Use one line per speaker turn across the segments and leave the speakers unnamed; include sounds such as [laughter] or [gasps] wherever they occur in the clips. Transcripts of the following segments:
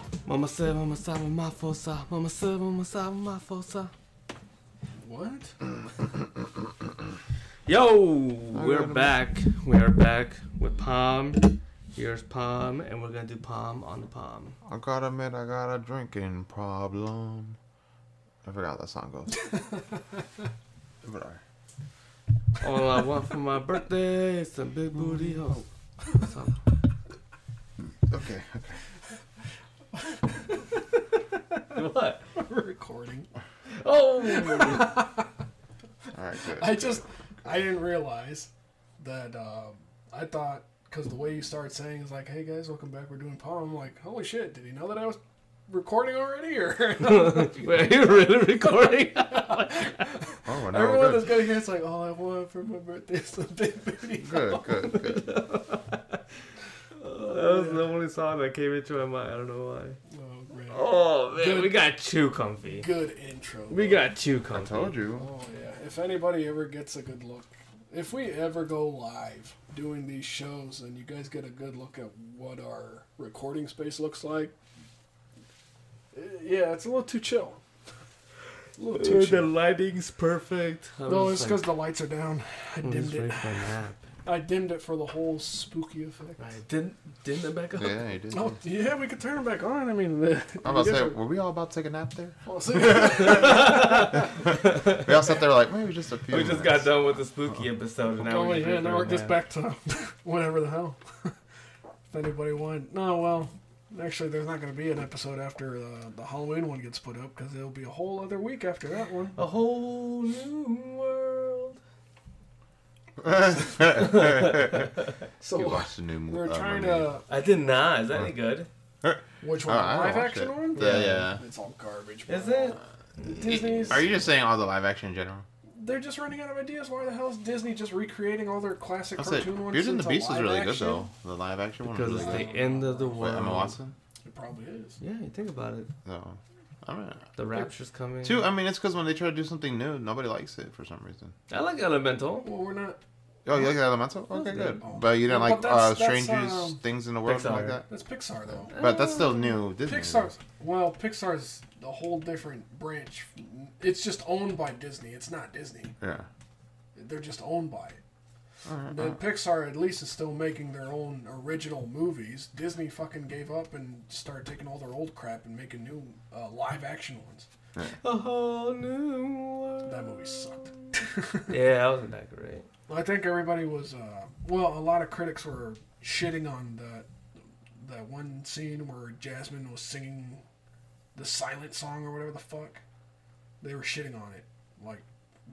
said, mama said, mama fosa. Mama said, mama said, mama fosa.
What?
Yo, we're back. We are back with Palm. Here's Palm, and we're gonna do Palm on the Palm.
I gotta admit, I got a drinking problem. I forgot how that song goes. [laughs] but I,
All I want for my birthday is some big booty hoe. So,
okay, [laughs] okay.
what?
We're [laughs] recording.
[laughs] Oh,
All right, good.
I just, I didn't realize that. Um, I thought because the way you start saying is like, "Hey guys, welcome back. We're doing palm." I'm like, "Holy shit! Did he know that I was recording already?" Or [laughs]
wait, are you really recording? [laughs]
oh, well, now we're
everyone that's
good.
gonna hear it's like, "All I want for my birthday is a big booty."
Good, good, [laughs] good.
that was the only song that came into my mind. I don't know why.
[laughs] Oh,
Oh
great.
man,
Good.
we got too comfy.
Good intro.
We got too
I
comfy.
told you.
Oh yeah. If anybody ever gets a good look, if we ever go live doing these shows and you guys get a good look at what our recording space looks like, eh, yeah, it's a little too chill. A little too
Dude, the
chill.
lighting's perfect. I
No,
was
it's
like, Oh,
because the lights are down. I
I'm just
dimmed it.
ready for a nap.
I dimmed it for the whole spooky effect.
I didn't didn't it back up.
Yeah, you did.
Oh yeah, we could turn it back on. I mean, the,
I'm about to say, were we all about to take a nap there?
Well, Oh, see- [laughs]
We all sat there like, maybe just a
[laughs]
few.
We just got
minutes.
done with the spooky episode, and now
Oh
we're
yeah, now we're
just
just back to [laughs] whatever the hell. [laughs] if anybody wanted, no, well, actually, there's not going to be an episode after uh, the Halloween one gets put up because it'll be a whole other week after that one.
a whole new world.
[laughs] You
So
watched the new uh, movie.
we're trying to
I did not. Is that any good?
which one?
Oh, I
the live
watched
action
it.
one?
Yeah, yeah.
It's all garbage.
Is
bro.
Uh,
it?
Disney's.
Are you just saying all the live action in general?
They're just running out of ideas. Why the hell is Disney just recreating all their classic
I said,
cartoon ones?
Beauty and the
into
Beast is
live
really good
action?
though. The live action one
Because
is
it's
really
the
good.
end of the
Wait,
world.
Emma Watson.
It probably is.
Yeah, you think about it.
No, I mean,
The rapture's coming.
too. I mean, it's because when they try to do something new, nobody likes it for some reason.
I like Elemental.
Well, we're not.
Oh, you like Elemental? Okay,
good.
good. But you didn't
But
like
that's-
uh,
that's,
Strangers,
um,
Things in the World, something like
Pixar.
that?
That's Pixar Uh, though.
But that's still new Disney.
Pixar's well, Pixar's a whole different branch. It's just owned by Disney. It's not Disney.
Yeah.
They're just owned by it.
Alright,
Then Pixar at least is still making their own original movies. Disney fucking gave up and started taking all their old crap and making new uh, live action ones.
A whole new world.
That movie sucked.
[laughs] Yeah, that wasn't that great.
I think everybody was uh, well. A lot of critics were shitting on that that one scene where Jasmine was singing the silent song or whatever the fuck. They were shitting on it, like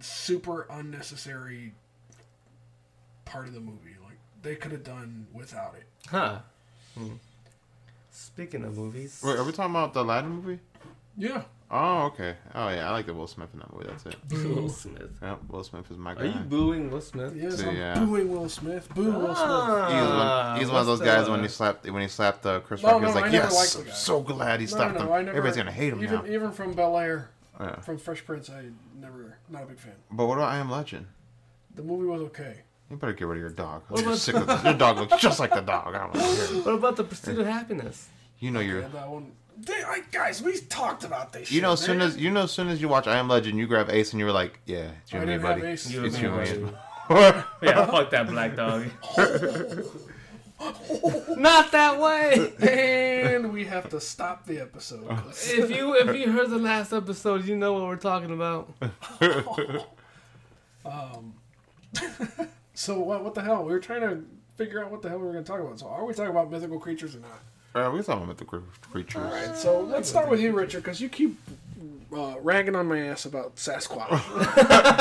super unnecessary part of the movie. Like they could have done without it.
Huh. Hmm. Speaking of movies,
Wait, are we talking about the Aladdin movie?
Yeah.
Oh, okay. Oh, yeah. I like the Will Smith in that movie. That's it.
[laughs] Will Smith.
Yeah, Will Smith is my guy.
Are you booing Will Smith?
[laughs] Yes,
So,
I'm
yeah. Ah.
booing Will Smith. Boo Will Smith.
He's one, he's one of those
Uh, what's
guys
the-
when he slapped when he slapped uh, Chris
No,
Rock. he was
no, I
like,
never
"Yes,
liked the
I'm
guy.
so glad he
No,
stopped
no,
him.
no, I never,
Everybody's gonna hate him
even, e
now."
Even from Bel Air,
Yeah.
from Fresh Prince, I never, not a big fan.
But what about I Am Legend?
The movie was okay.
You better get rid of your dog. I'm just sick of this. Your dog looks just like the dog. I don't want to hear it.
What about the pursuit of happiness?
You know
Yeah,
your.
that one. They, I, guys, we talked about this.
You know, as
shit,
soon
man.
as you know, as soon as you watch I Am Legend, you grab Ace and you were like, "Yeah, it's you
I
and me,
didn't have
buddy. [laughs]
Ace. You
It's
and
you
me,
and me."
Yeah, fuck that black
[laughs]
dog. Not that way.
[laughs]
and we have to stop the episode.
Uh-huh.
If you if you heard the last episode, you know what we're talking about.
So what? What the hell? We were trying to figure out what the hell we were going to talk about. So are we talking about mythical creatures or not?
Uh, we talking about the cre- creatures.
All right. So let's start with you, Richard, because you keep uh, ragging on my ass about Sasquatch.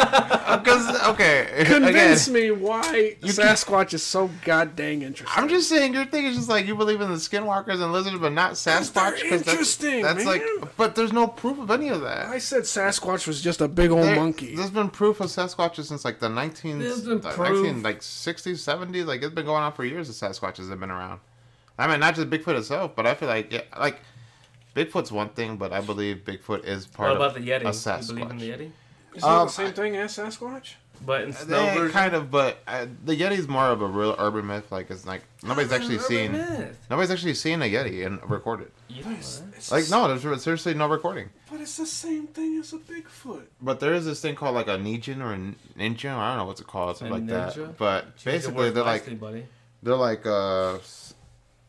Because okay, [laughs] again,
Convince me why Sasquatch is so goddamn interesting.
I'm just saying your thing is just like you believe in the skinwalkers and lizards, but not
they're
Sasquatch. that's-
interesting,
That's,
man.
like, but there's no proof of any of that.
I said Sasquatch was just a big old
There-
monkey.
There's been proof of Sasquatches since like the 19,
There's been
like,
proof.
19 like 60s, 70s. Like it's been going on for years. The Sasquatches have been around. I mean, not just Bigfoot itself, but I feel like yeah, like Bigfoot's one thing, but I believe Bigfoot is part
What about
of
the Yeti?
a Sasquatch.
You believe in the Yeti?
Is that
Um,
the same thing as Sasquatch?
But in snow
They
version,
eh, kind of, but uh, the Yeti's more of a real urban myth. Like it's like nobody's actually seen.
Myth.
Nobody's actually seen a Yeti and recorded.
You
But
know
it's, it's
Like
the-
no, there's seriously no recording.
But it's the same thing as a Bigfoot.
But there is this thing called like a Nijin or a ninja. I don't know what's it called, something
A
like
ninja?
that. But basically, they're like
buddy.
they're like uh s-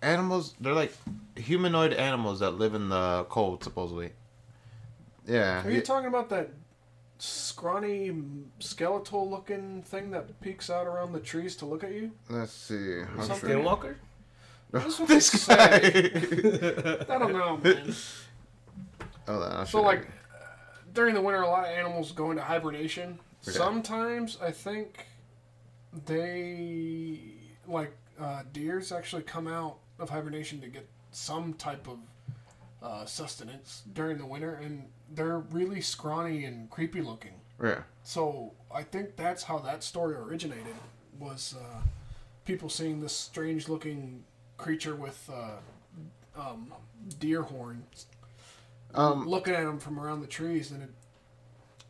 animals. They're like humanoid animals that live in the cold, supposedly. Yeah.
Are you talking about that scrawny, skeletal-looking thing that peeks out around the trees to look at you?
Let's see. I'm sure- [laughs]
Something
Skinwalker.
That's what
this
they
guy.
I don't know, [laughs] man.
[laughs] Hold on, I'll
So
show
like
you.
during the winter, a lot of animals go into hibernation.
Okay.
Sometimes I think they like uh, deers actually come out of hibernation to get some type of uh, sustenance during the winter, and they're really scrawny and creepy looking.
yeah.
So I think that's how that story originated. Was uh, people seeing this strange looking creature with uh, um, deer horn
Um,
looking at them from around the trees, and it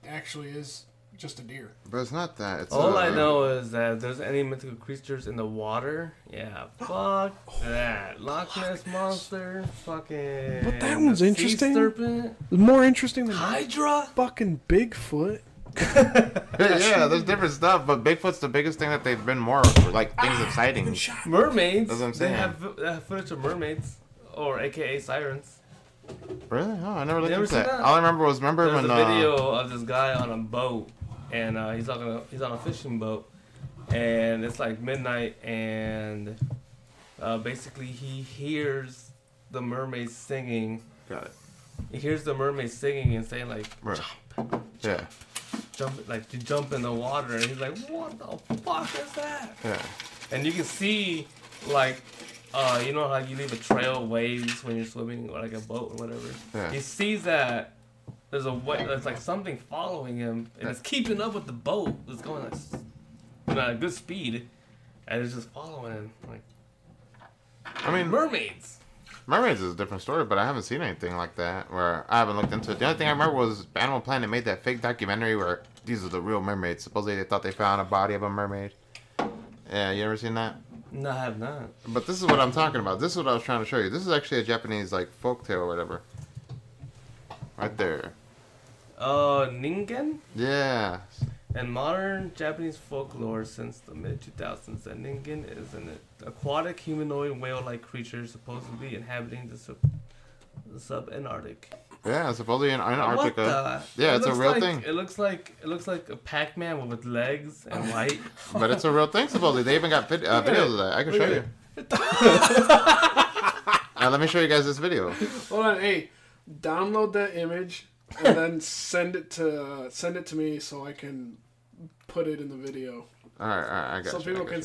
actually is just a deer.
But it's not that. It's
All
uh,
I
[laughs]
know is that if there's any mythical creatures in the water, yeah,
[gasps]
fuck that. Loch Ness monster, fucking.
But that one's
sea
interesting.
serpent,
More interesting than
Hydra.
fucking Bigfoot.
yeah, there's different stuff, but Bigfoot's the biggest thing that they've been more like things
Ah,
of sightings.
Mermaids.
That's what I'm
They
saying.
have they have footage of mermaids, or AKA sirens.
Really? Oh, I never looked
Never
into
seen
that.
that?
All I remember was remember
There's a
when uh,
video of this guy on a boat, and uh, he's on a he's on a fishing boat, and it's like midnight, and uh, basically he hears the mermaids singing.
Got it.
He hears the mermaids singing and saying like,
Right. Yeah,
jump like you jump in the water and he's like what the fuck is that
yeah.
and you can see like uh you know how you leave a trail of waves when you're swimming or like a boat or whatever
Yeah.
he sees that there's a way there's like something following him and it's keeping up with the boat it's going at, s- you know, at a good speed and it's just following him like
I mean,
mermaids
mermaids is a different story, but I haven't seen anything like that where I haven't looked into it. The only thing I remember was Animal Planet made that fake documentary where these are the real mermaids. Supposedly they thought they found a body of a mermaid. Yeah, you ever seen that?
no i have not
But this is what I'm talking about. This is what I was trying to show you. This is actually a Japanese like folktale or whatever. Right there.
uh ningen
Yeah.
In modern Japanese folklore since the mid 2000s, the ningen is an aquatic humanoid whale like creature supposedly inhabiting the sub subantarctic.
Yeah, supposedly in
What
Antarctica.
the?
Yeah,
It
it's a
looks
real
like- [laughs]
thing.
It looks like it looks like a Pac-Man with legs [laughs] and white.
But it's a real thing, supposedly. They even got vid- uh,
Look at it. [laughs]
videos of that. I can
Look
show
at
you. Uh, let me show you guys this video.
Hold on, hey, download that image and then send it to send it to me so I can put it in the video
All right, all right, I got
so
you. I
people
got
can
you.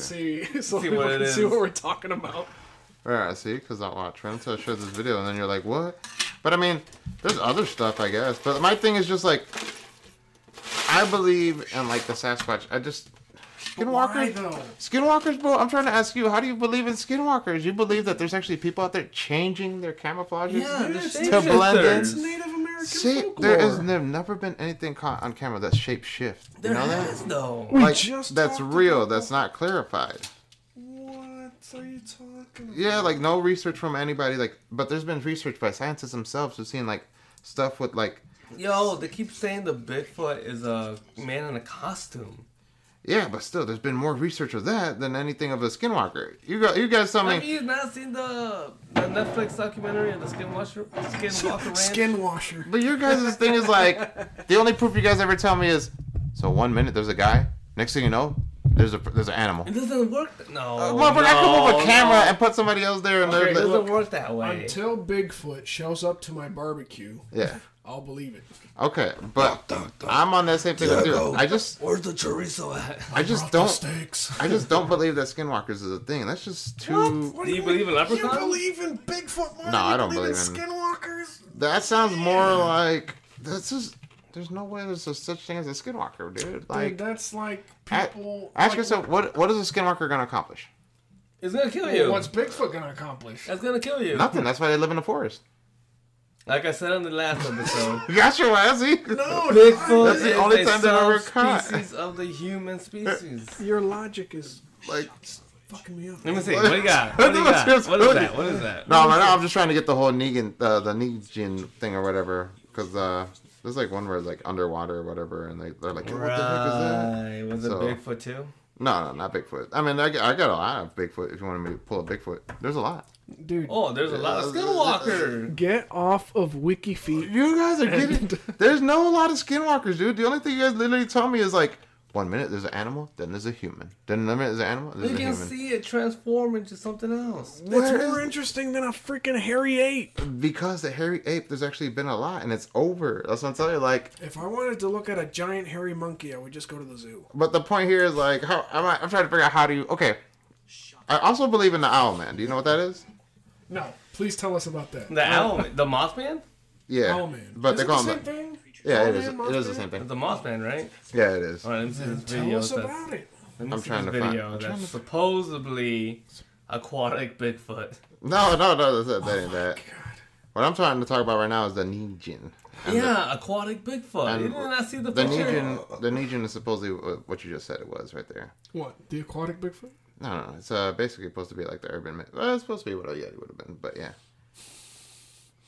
see [laughs] so
See
people
what it
can see
is.
what we're talking about.
All right, see, because I watch. Right? Until I show this video, and then you're like, what? But I mean, there's other stuff, I guess. But my thing is just like, I believe in like the Sasquatch. I just
Why,
Skinwalker.
though?
Skinwalkers, bro. I'm trying to ask you, how do you believe in skinwalkers? You believe that there's actually people out there changing their camouflages?
yeah, the
To
shapeshifters.
blend in.
It's Native American
See,
folklore.
there is there never been anything caught on camera that shape shift. You
There
know that?
has though.
We
Like
just
that's
talked
real.
about
That's not clarified.
What are you talking about?
Yeah, like no research from anybody. Like, but there's been research by scientists themselves who've seen like stuff with like
Yo, they keep saying the Bigfoot is a man in a costume.
yeah, but still, there's been more research of that than anything of a skinwalker. You got you guys tell
Have
me.
you [laughs] not seen the, the Netflix documentary of the Skinwalker
[laughs]
Skinwalker Ranch?
Skinwasher.
But your guys' thing is like the only proof you guys ever tell me is so one minute there's a guy, next thing you know, there's a there's an animal.
It doesn't work. Th- no.
Uh, Motherfucker, I can move
Oh, no,
a camera
no.
and put somebody else there and
It
they're
doesn't
like-
work that way.
Until Bigfoot shows up to my barbecue,
yeah.
I'll believe it.
Okay, but I'm on that same thing with you. I just
Where's the chorizo at?
I just
Brought the
don't
steaks.
[laughs] I just don't believe that skinwalkers is a thing. That's just too.
Do you believe in leprechauns?
in Bigfoot more
No, I don't believe in-
Skinwalkers?
That sounds more like that's just. There's no way there's a such thing as a skinwalker, dude.
Like,
Like,
that's like
a-
people.
ask
like,
yourself what what is a skinwalker gonna
[laughs]
accomplish?
It's gonna kill
well,
you.
what's Bigfoot gonna accomplish?
That's gonna kill you.
Nothing. That's why they live in the forest.
Like I said on the last episode,
[laughs] That's your lassie. [laughs]
No,
Bigfoot
That's
is
the only
a
time they've ever caught.
subspecies of the human
[laughs]
species.
Your logic is
Like,
fucking me up.
Let me see. What do you
[laughs]
got? What do you got? What is that? What is that?
no, man, I'm just trying to get the whole Negan, uh, the Negan thing or whatever, because uh, there's like one where it's like underwater or whatever, and they they're like, "Hey, what the heck is that?
Right. Was it
So-
Bigfoot too?
No, no, not Bigfoot. I mean, I, got- I got a lot of Bigfoot. If you want me to pull a Bigfoot, there's a lot.
Dude,
Oh, there's a lot of
Yeah.
Skywalker.
get off of Wiki Feet.
You guys are
[laughs]
getting. there's no lot of skinwalkers, dude. The only thing you guys literally tell me is like, one minute there's an animal, then there's a human, then another minute there's an animal, then there's
You
a
can
human.
see it transform into something else.
That's
Where is-
more interesting than a freaking hairy ape.
because the hairy ape, there's actually been a lot, and it's over. That's what I'm telling you. Like,
If I wanted to look at a giant hairy monkey, I would just go to the zoo.
but the point here is like, how I'm, I'm trying to figure out how do you? Okay, I also believe in the owl man. Do you know what that is?
No, please tell us about that.
The owl, the Mothman,
Yeah,
Owl Oh, man.
But
Is
they
it
call
the
him.
same thing?
Yeah,
Owl
it is.
man,
It is the
mothman?
same thing.
the Mothman, right?
Yeah, it is.
All right, let me see this
Tell
video.
us
that's-
about it.
Let me
I'm
see
trying
this
to find-
video
I'm
that's
trying to-
supposedly aquatic Bigfoot.
No, no, no, that's, that
Oh,
ain't that. What I'm trying to talk about right now is the Negan. And the-
yeah, aquatic Bigfoot. You did
and
not see the
The
picture.
Negan, the Negan is supposedly wh- what you just said it was right there.
What? The aquatic Bigfoot?
No, no, no, it's uh, basically supposed to be like the urban myth. Well, it's supposed to be what a Yeti would have been, but yeah.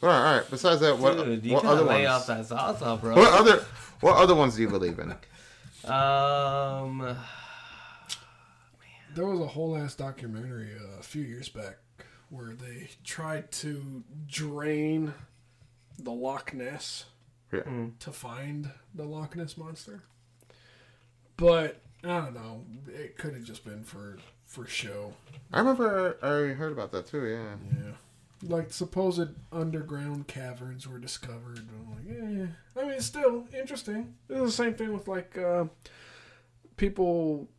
All right, all right. Besides that, what,
Dude, you
what
gotta
other
lay
ones?
off that salsa, bro.
What other what other ones do you
[laughs]
believe in?
Um,
There was a whole ass documentary uh, a few years back where they tried to drain the Loch Ness
Yeah.
to find the Loch Ness monster. But I don't know. It could have just been for for show.
I remember I already heard about that too. Yeah.
Yeah. Like supposed underground caverns were discovered. I'm like, eh. I mean, it's still interesting. It's the same thing with like uh, people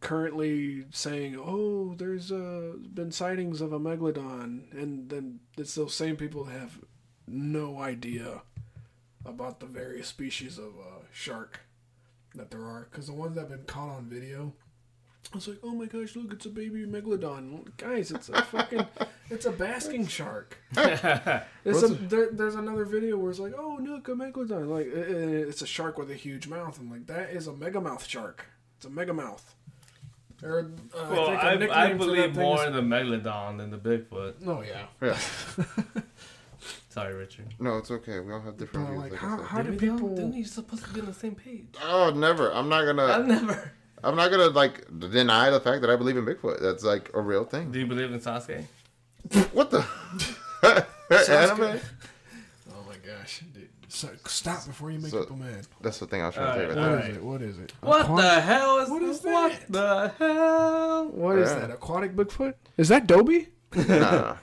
currently saying, "Oh, there's uh, been sightings of a megalodon," and then it's those same people that have no idea about the various species of uh, shark that there are. Because the ones that have been caught on video, I was like, "Oh my gosh, look, it's a baby megalodon, guys! It's
[laughs]
a fucking, it's a basking shark." It's a, there, there's another video where it's like, oh look, a megalodon, like uh, uh, it's a shark with a huge mouth. I'm like, that is a megamouth shark. It's a megamouth. Or, uh,
well,
think a
I,
nickname
I,
for that
believe
thing
more
Is,
in the megalodon than the Bigfoot.
no, yeah.
Yeah.
Sorry, Richard.
No, it's okay. We all have different
But
views.
like,
like I
how,
said.
how do people?
you're supposed to be on the same page.
Oh, never. I'm not
I've
gonna.
never.
I'm not gonna like deny the fact that I believe in Bigfoot. That's like a real
Do
thing.
you believe in Sasuke?
What the? [laughs] Anime?
Oh my gosh, dude. So, stop before you make
So-
people mad.
That's the thing I was trying to say.
Alright,
Right
What
there.
is
alright.
it? What is
What
it? Aqua-
the hell is
What is
What
that?
the hell?
What is
Yeah.
that? Aquatic Bigfoot? Is that Dobby?
Nah.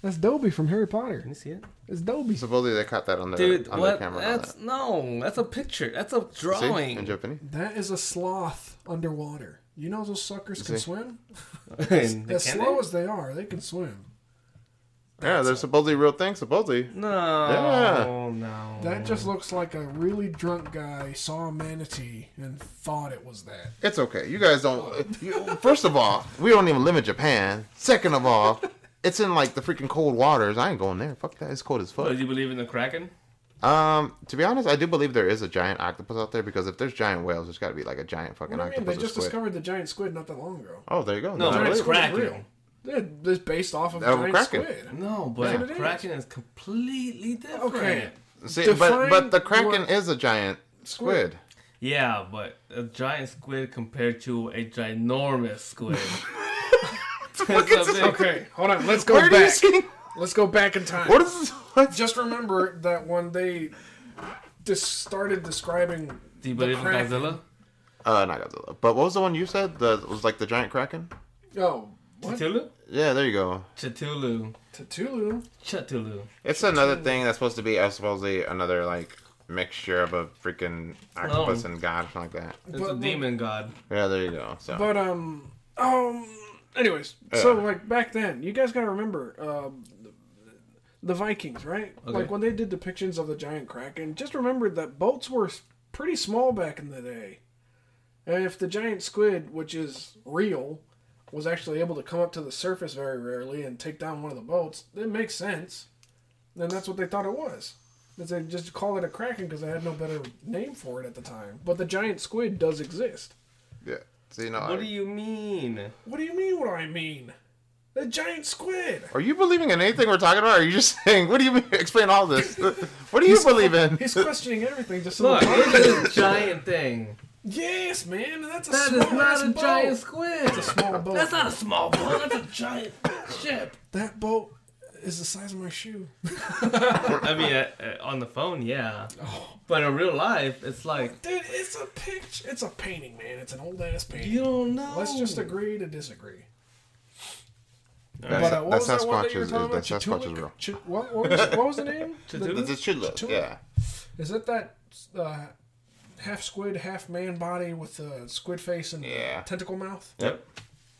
That's Dobby from Harry Potter.
Can you see it?
It's Dobby.
Supposedly they caught that on the
Dude,
on
what?
the camera. and all
That's no. That's a picture. That's a
that. See?
drawing.
In Japanese.
That is a sloth underwater. You know those suckers can
See?
swim.
[laughs] And
As
can
slow
they?
as they are, they can swim.
Yeah, they're supposedly real things. Supposedly.
No.
Yeah.
No.
That just looks like a really drunk guy saw a manatee and thought it was that.
It's okay. You guys don't. You, first of all, we don't even live in Japan. Second of all, it's in like the freaking cold waters. I ain't going there. Fuck that. It's cold as
What,
fuck.
do you believe in the Kraken?
Um, to be honest, I do believe there is a giant octopus out there because if there's giant whales, there's got to be like a giant fucking
What do you mean?
octopus.
They
or
just
squid.
discovered the giant squid not that long ago.
Oh, there you go.
No,
There
but
it
it's
is.
Kraken.
Yeah, It's based off of
Oh,
giant
Kraken.
squid.
No, but
Yeah.
the Kraken is completely different.
Okay.
See, but
Define
but the kraken
what-
is a giant squid.
Yeah, but a giant squid compared to a ginormous [laughs] squid.
Look at
It's a
this-
big-
Okay, hold on. [laughs] Let's go
Where do you
back.
see? [laughs]
Let's go back in time.
What is this? [laughs] What?
Just remember that when they just started describing
Do you believe in
Kraken.
Godzilla?
Uh, not Godzilla. But what was the one you said that was like the giant kraken?
Oh, what?
Cthulhu?
Yeah, there you go.
Cthulhu.
Cthulhu.
Cthulhu.
It's another thing that's supposed to be, I suppose, another like mixture of a freaking octopus
Oh.
and god or something like that.
It's
But
a
look-
demon god.
Yeah, there you go. So
But um um anyways, so like back then, you guys got to remember um the Vikings, right? Like when they did depictions of the giant kraken, just remember that boats were s- pretty small back in the day. And if the giant squid, which is real, was actually able to come up to the surface very rarely and take down one of the boats, it makes sense and that's what they thought it was. They said just call it a kraken because I had no better name for it at the time. But the giant squid does exist.
Yeah. So you know,
What
I-
do you mean?
What do you mean? What do I mean? The giant squid.
are you believing in anything we're talking about? Or are you just [laughs] saying? What do you mean? explain all
[laughs]
this? What do you believe in?
He's questioning everything. Just so
Look,
the
look at
public-
this giant thing.
yes, man. That's a
That is
small
not
ass
a
boat.
giant squid.
It's a small boat.
That's not a small boat. That's a giant ship.
That boat is the size of my shoe.
I mean, uh, uh, on the phone, yeah.
Oh.
But in real life, it's like
Dude, it's a picture. It's a painting, man. It's an old ass painting.
you don't know.
Let's just agree to disagree.
That's-
But uh, what
that
was that one
Sasquatch
that you were
is-
talking about?
is- that Sasquatch is
Chitulik?
real.
Chi- what, what, was, what was the name?
[laughs] Chitulik?
It's a chitla.
Chitula.
Yeah.
Is it that uh, half squid, half man body with the squid face and
Yeah.
tentacle mouth?
Yep.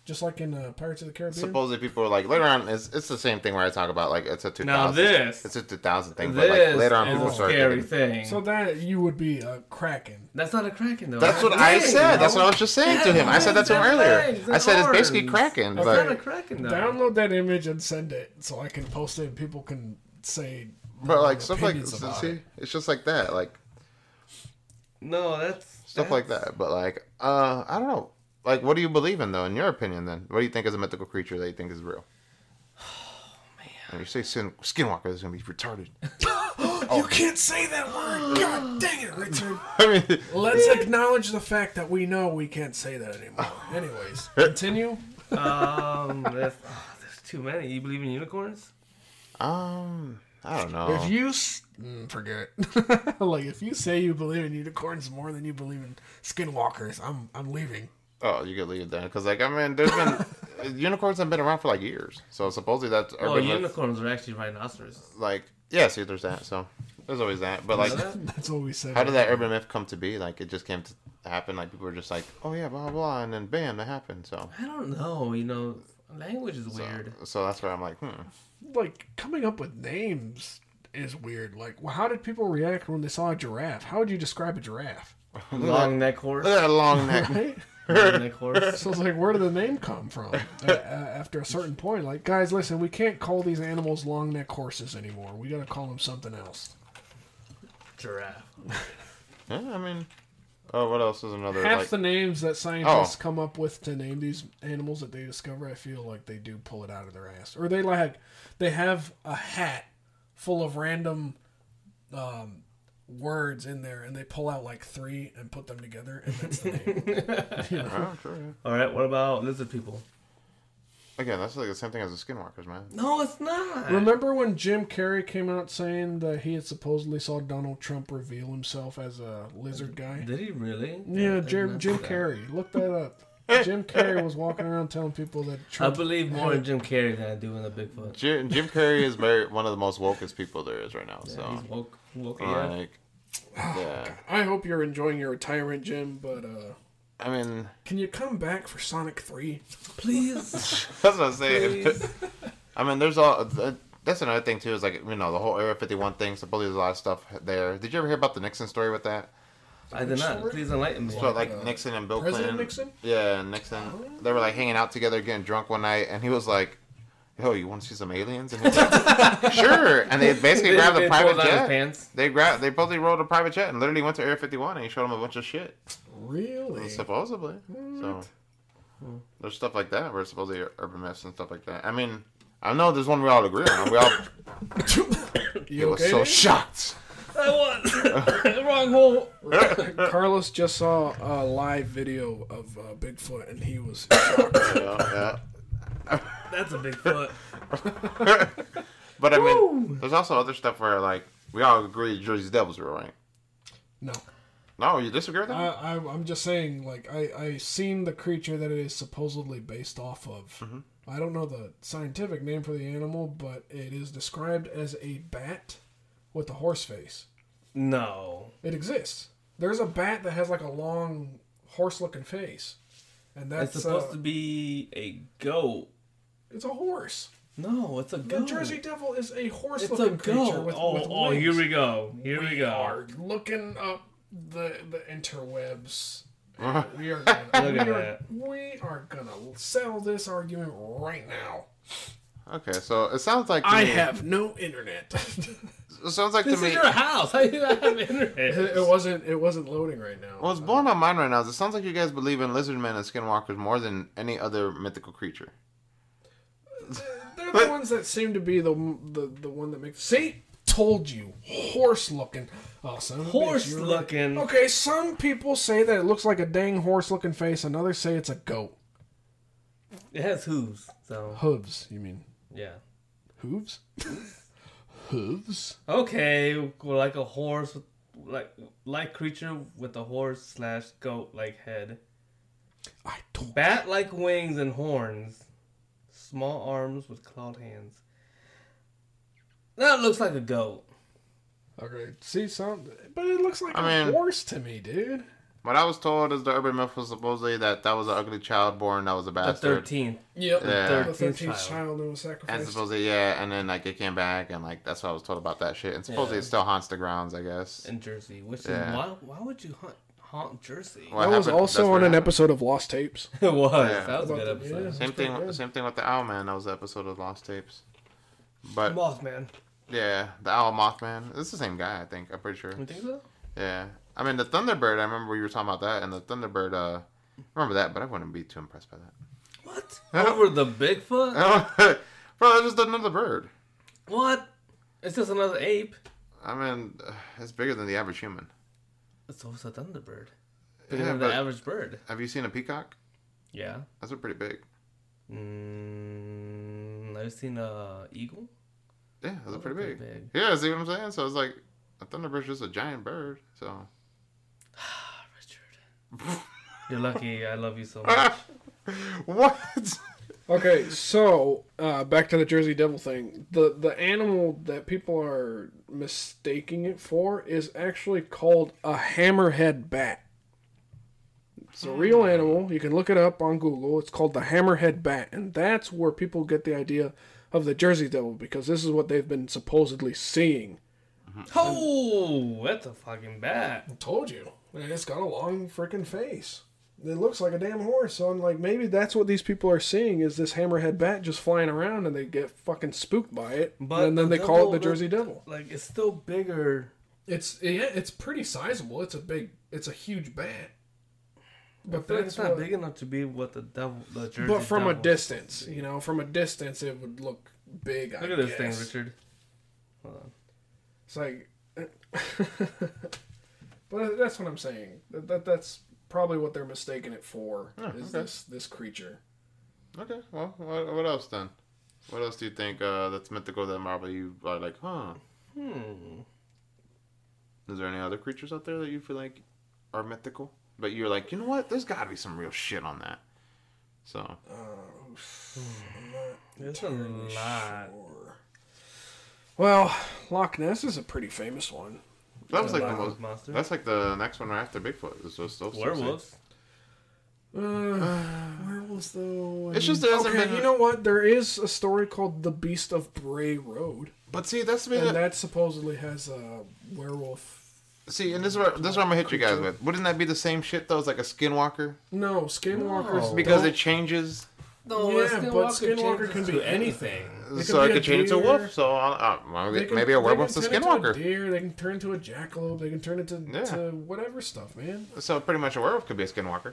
Just like in uh, Pirates of the Caribbean?
Supposedly people are like later on. It's, it's the same thing where I talk about like it's a two thousand.
Now this-
It's a two thousand thing, but
This
like later on
is
people
a
start.
scary
Thinking,
thing.
so that you would be a kraken.
that's not a kraken though.
that's what I
Dang,
said.
bro.
That's what I was just saying to him. I said that to him
That's
earlier.
legs,
I
that's
said it's basically
arms.
cracking,
That's
but
not a kraken though.
Download that image and send it so I can post it and people can say.
but like
their
stuff like
opinions about
[gasps] see,
it.
it's just like that, like
no, that's
stuff like
that's-
that. But like, uh, I don't know. Like, what do you believe in though? In your opinion, then, what do you think is a mythical creature that you think is
[sighs]
real? Oh man! You say skin, skinwalker is gonna be retarded. [laughs]
You
Oh.
can't say that word!
[gasps]
God dang it, Richard!
I mean,
Let's acknowledge the fact that we know we can't say that anymore.
[laughs]
Anyways, continue.
Um, that's, ah, there's too many. You believe in unicorns?
um, I don't know.
If you s- mm, forget, [laughs] like if you say you believe in unicorns more than you believe in skinwalkers, I'm I'm leaving.
Oh, you could leave it there because, like, I mean, there's
[laughs]
been unicorns have been around for like years, so supposedly that's
Oh,
Well,
urban myth,
Oh, unicorns are actually rhinoceros.
like, yeah, see, there's that. So there's always that, but like,
That's what we said.
how did that urban myth come to be? Like, it just came to happen. Like, people were just like, oh yeah, blah blah, blah and then bam, that happened. So,
I don't know. You know, language is
so,
weird.
so that's where I'm like, hmm. [laughs]
Like coming up with names is weird. Like, well, how did people react when they saw a giraffe? How would you describe a giraffe? [laughs]
Long neck horse.
Look at that
[laughs]
long neck.
Right?
Long neck
[laughs]
horse.
So it's like, where did the name come from? Uh, uh, after a certain point, like, guys, listen, we can't call these animals long neck horses anymore. We gotta call them something else.
Giraffe.
yeah, I mean, oh, what else is another?
Half
like,
the names that scientists
Oh.
come up with to name these animals that they discover, I feel like they do pull it out of their ass, or they like they have a hat full of random um, words in there, and they pull out like three and put them together, and that's
[laughs]
the name.
Oh, sure, yeah.
All right. What about lizard people?
Again, that's like the same thing as the skinwalkers, man.
No, it's not.
Remember when Jim Carrey came out saying that he had supposedly saw Donald Trump reveal himself as a lizard guy?
Did he really?
Yeah,
I did
Jim,
not
Jim
see that.
Carrey. Look that up. Jim Carrey was walking around telling people that
I
Trump
believe more in Jim Carrey than I do in the Bigfoot.
Jim, Jim Carrey is very, one of the most wokest people there is right now. So,
He's woke, woke yeah. Oh,
like, yeah.
I hope you're enjoying your retirement, Jim, but uh
I mean, [laughs]
can you come back for Sonic 3?
[laughs]
Please,
that's what I'm saying.
please.
[laughs] I mean, there's all. th- That's another thing too. Is like you know the whole Area 51 thing. Supposedly there's a lot of stuff there. Did you ever hear about the Nixon story with that?
I did not. Please enlighten me. [laughs]
So like Nixon and Bill
Uh, President
Clinton.
Nixon?
Yeah, Nixon. They were like hanging out together, getting drunk one night, and he was like, "Yo, you want to see some aliens?" And he was
[laughs]
like, "Sure." And they basically
They-
grabbed
they
a private
pulled down his
jet.
pants.
They grabbed. They both rolled a private jet and literally went to Area 51 and he showed them a bunch of shit.
Really? [laughs]
Supposedly. So there's stuff like that where it's supposedly urban myths and stuff like that. I mean, I know there's one we all agree on. We
[laughs]
all he
You
was
okay?
so
there? [laughs]
shocked.
[laughs] I won. [laughs] Wrong hole.
Carlos just saw a live video of uh, Bigfoot and he was shocked.
Yeah,
That's a Bigfoot.
yeah. but I mean, there's also other stuff where like we all agree Jersey Devils were right.
no.
No, you disagree with that?
I, I I'm just saying like I I seen the creature that it is supposedly based off of.
Mm-hmm.
I don't know the scientific name for the animal, but it is described as a bat with a horse face.
No.
It exists. There's a bat that has like a long horse-looking face, and that's
it's supposed
uh,
to be a goat.
It's a horse.
No, it's a
The
goat.
Jersey Devil is a
it's a
horse-looking creature
goat.
with,
oh,
with
oh,
wings.
here we go. Here we,
We
go.
are looking up the the interwebs. we are gonna,
Look
we,
at
are,
that.
we are gonna settle this argument right now.
Okay, so it sounds like to
I
me-
have no internet.
It sounds like
This
to me.
is your house. [laughs] How do you not have internet?
[laughs] [laughs] it wasn't. It wasn't loading right now.
What's blowing my mind right now is it sounds like you guys believe in lizard men and skinwalkers more than any other mythical creature.
They're the ones that seem to be the the, the one that makes. See, told you, horse looking. Oh, son of a bitch,
Horse
you're right.
looking.
Okay, some people say that it looks like a dang horse looking face. And others say it's a goat.
It has hooves. So
Hooves, you mean?
yeah.
[laughs] Hooves? Hooves?
Okay, like a horse, with- like like creature with a horse slash goat like head,
I told.
bat like wings and horns, small arms with clawed hands. That looks like a goat.
Okay, see some, but it looks like
I
a
mean-
horse to me, dude.
What I was told is the urban myth was supposedly that that was an ugly child born that was a
The
bastard.
thirteenth.
Yep.
Yeah.
The
13th
thirteenth
child.
child that was
And
sacrificed.
supposedly, yeah, and then like it came back, and like that's what I was told about that shit. And supposedly
Yeah.
it still haunts the grounds, I guess.
in Jersey, which
Yeah.
is why why would you hunt haunt Jersey?
What
That was
happened- that's
also
what
on an
happened.
episode of Lost Tapes.
[laughs] it was.
Yeah.
That was a good
About the-
episode.
yeah.
Same thing.
pretty good.
Same thing with the Owl Man. That was the episode of Lost Tapes. But
Mothman.
yeah, the Owl Mothman. It's the same guy, I think. I'm pretty sure.
You think so?
Yeah. I mean, the Thunderbird. I remember you were talking about that, and the Thunderbird. uh I remember that, but I wouldn't be too impressed by
What?
I don't-
Over the Bigfoot?
that. [laughs] Bro, that's just another bird.
What? It's just another ape.
I mean, uh, it's bigger than the average human.
It's also a thunderbird. Bigger
Yeah,
than the
but
average bird.
have you seen a peacock?
Yeah.
That's a pretty big.
Mm, I've seen a eagle.
Yeah, that's a
Those are
pretty
pretty
big. Yeah, see what I'm saying? So it's like a thunderbird's just a giant bird. So [laughs]
Ah, Richard. You're lucky. I love you so
[laughs]
much.
Ah! what?
Okay, so uh, back to the Jersey Devil thing. The the animal that people are mistaking it for is actually called a hammerhead bat. It's a real animal. You can look it up on Google. It's called the hammerhead bat, and that's where people get the idea of the Jersey Devil because this is what they've been supposedly seeing.
Oh, that's a fucking bat.
I told you, and it's got a long freaking face. It looks like a damn horse. So I'm like, maybe that's what these people are seeing is this hammerhead bat just flying around, and they get fucking spooked by it,
But
and then
the
they call
devil
it the
look-
Jersey Devil.
Like it's still bigger.
It's yeah, it's pretty sizable. It's a big, it's a huge bat. But
But it's not big enough to be what the devil, the Jersey.
But from a
Devil-
distance, you know, from a distance, it would look big.
Look
I
at this
guess.
thing, Richard. Hold on.
It's like, [laughs] but that's what I'm saying. That, that that's probably what they're mistaking it for.
Oh,
is
okay.
this this creature?
Okay, well, what, what else then? What else do you think uh, that's mythical that Marvel you are like, huh?
Hmm.
Is there any other creatures out there that you feel like are mythical? But you're like, you know what? There's got to be some real shit on that. So,
Uh, I'm not
There's a
Uh,
entirely
lot.
sure. Well, Loch Ness is a pretty famous one.
that was
The
like the
Loch Ness
most.
monster.
That's like the next one right after Bigfoot. It's just those
Werewolves.
Uh, werewolves, though.
It's
and-
just there hasn't
okay,
been-
You know what? There is a story called "The Beast of Bray Road,"
But see, that's the
and that supposedly has a werewolf.
See, and this is where this is where I'm gonna hit you guys with. Wouldn't that be the same shit though? It's like a skinwalker
No, skinwalkers
No.
Oh. because
don't-
it changes,
No, Oh,
Yeah,
a
but
changes
Skinwalker can
to
be It could
so
be
it
a
could change to a
deer.
wolf. So uh, well,
They can-
maybe a
they
werewolf's a
can turn into
skinwalker.
deer. They can turn into a jackalope. They can turn into
Yeah.
to whatever stuff, man.
So pretty much a werewolf could be a skinwalker.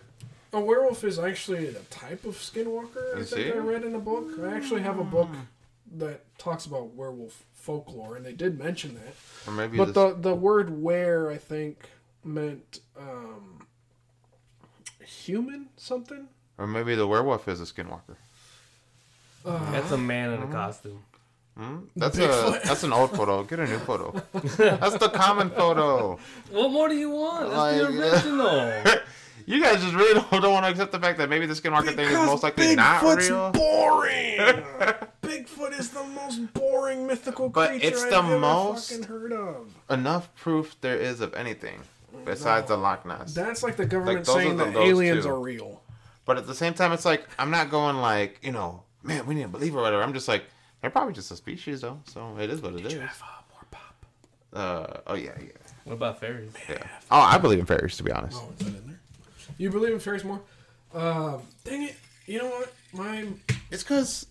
A werewolf is actually a type of skinwalker. I
Is
think
it?
I read in a book. I actually have a book that talks about werewolf folklore, and they did mention that.
Or maybe
But
this-
the the word "were" I think meant um, human something.
or maybe the werewolf is a skinwalker.
That's a man
Uh-huh.
in a costume.
Hmm? That's a that's an old photo. Get a new
[laughs]
photo. that's the common photo.
What more do you want? That's the
Like, yeah.
original.
You guys just really don't, don't want to accept the fact that maybe the skinwalker thing is most likely not
Bigfoot's
real. [laughs]
boring. Bigfoot is the most boring mythical
But
creature
it's
I've
the
ever
most-
fucking heard of.
Enough proof there is of anything besides the Loch Ness.
That's like the government
those are
saying
the-
that
those
aliens
two.
are real.
But at the same time, it's like I'm not going like you know, man, we need to believe or whatever. I'm just like they're probably just a species though, so it is what it is.
more pop.
Uh, oh yeah, yeah,
[laughs] What about fairies?
yeah. Oh, I believe in fairies to be honest.
Oh, is that in there? You believe in fairies more? Um, dang it! You know what? My
It's because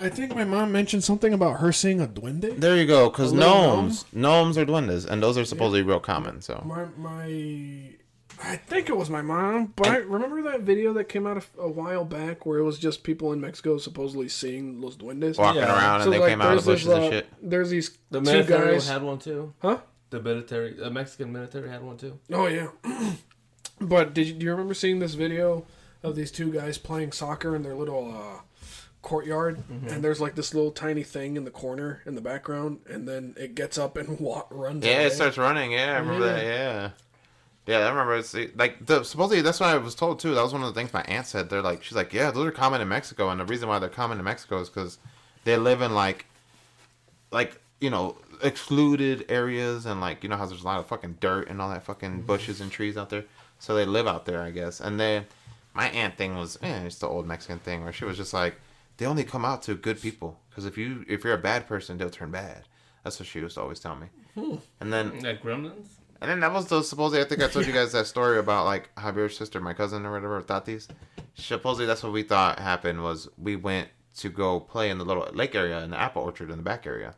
I think my mom mentioned something about her seeing a duende.
There you go, because
A little
gnomes, gnomes are duendes, and those are supposedly real common. So
My my, I think it was my mom. But I remember that video that came out a, a while back where it was just people in Mexico supposedly seeing los duendes.
walking
Yeah.
around, and
So,
they
like,
came out of
there's
bushes
this,
and
uh,
shit.
There's these
The
two
military
guys,
had one too.
huh?
The military, the Mexican military had one too.
Oh yeah. [clears throat] but did you, do you remember seeing this video of these two guys playing soccer in their little uh, courtyard? And there's like this little tiny thing in the corner in the background, and then it gets up and [laughs] wa- runs.
Yeah,
away.
it starts running. Yeah, I remember that. Yeah, yeah, I remember. It's like the supposedly that's what I was told too. That was one of the things my aunt said. They're like, she's like, yeah, those are common in Mexico, and the reason why they're common in Mexico is because they live in like, like you know, excluded areas, and like you know how there's a lot of fucking dirt and all that fucking bushes and trees out there. So they live out there, I guess. And then my aunt thing was, eh, it's the old Mexican thing where she was just like, they only come out to good people because if you if you're a bad person, they'll turn bad. That's what she used to always tell me. And then
Like gremlins.
and then that was the supposedly I think I told you guys that story about like Javier's sister, my cousin or whatever, Tati's. Supposedly that's what we thought happened was we went to go play in the little lake area in the apple orchard in the back area.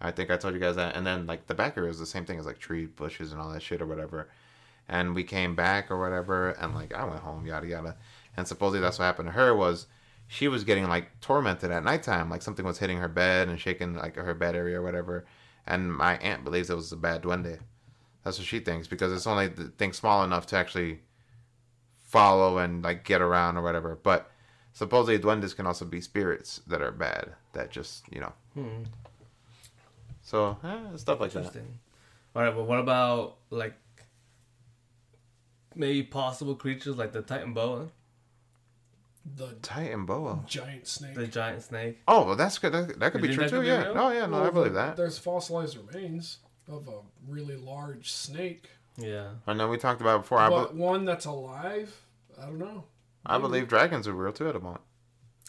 I think I told you guys that. And then like the back area is the same thing as like tree bushes and all that shit or whatever. And we came back or whatever, and like I went home, yada yada. And supposedly that's what happened to her was she was getting like tormented at nighttime, like something was hitting her bed and shaking like her bed area or whatever. And my aunt believes it was a bad duende. That's what she thinks because it's only the thing small enough to actually follow and like get around or whatever. But supposedly duendes can also be spirits that are bad that just you know. So eh, stuff like that.
Hmm. Interesting. All right, but what about like maybe possible creatures like the Titan boa,
the
Titan boa.
giant snake.
the giant snake?
Oh, well, that's good. That, that could
You
be
think
true
that
too.
could be
yeah.
real?
No, yeah. No, I
Well,
believe
there-
that.
There's fossilized remains of a really large snake,
Yeah.
I know we talked about it before. I,
but
be-
one that's alive. I don't know.
I believe dragons are real too at the moment.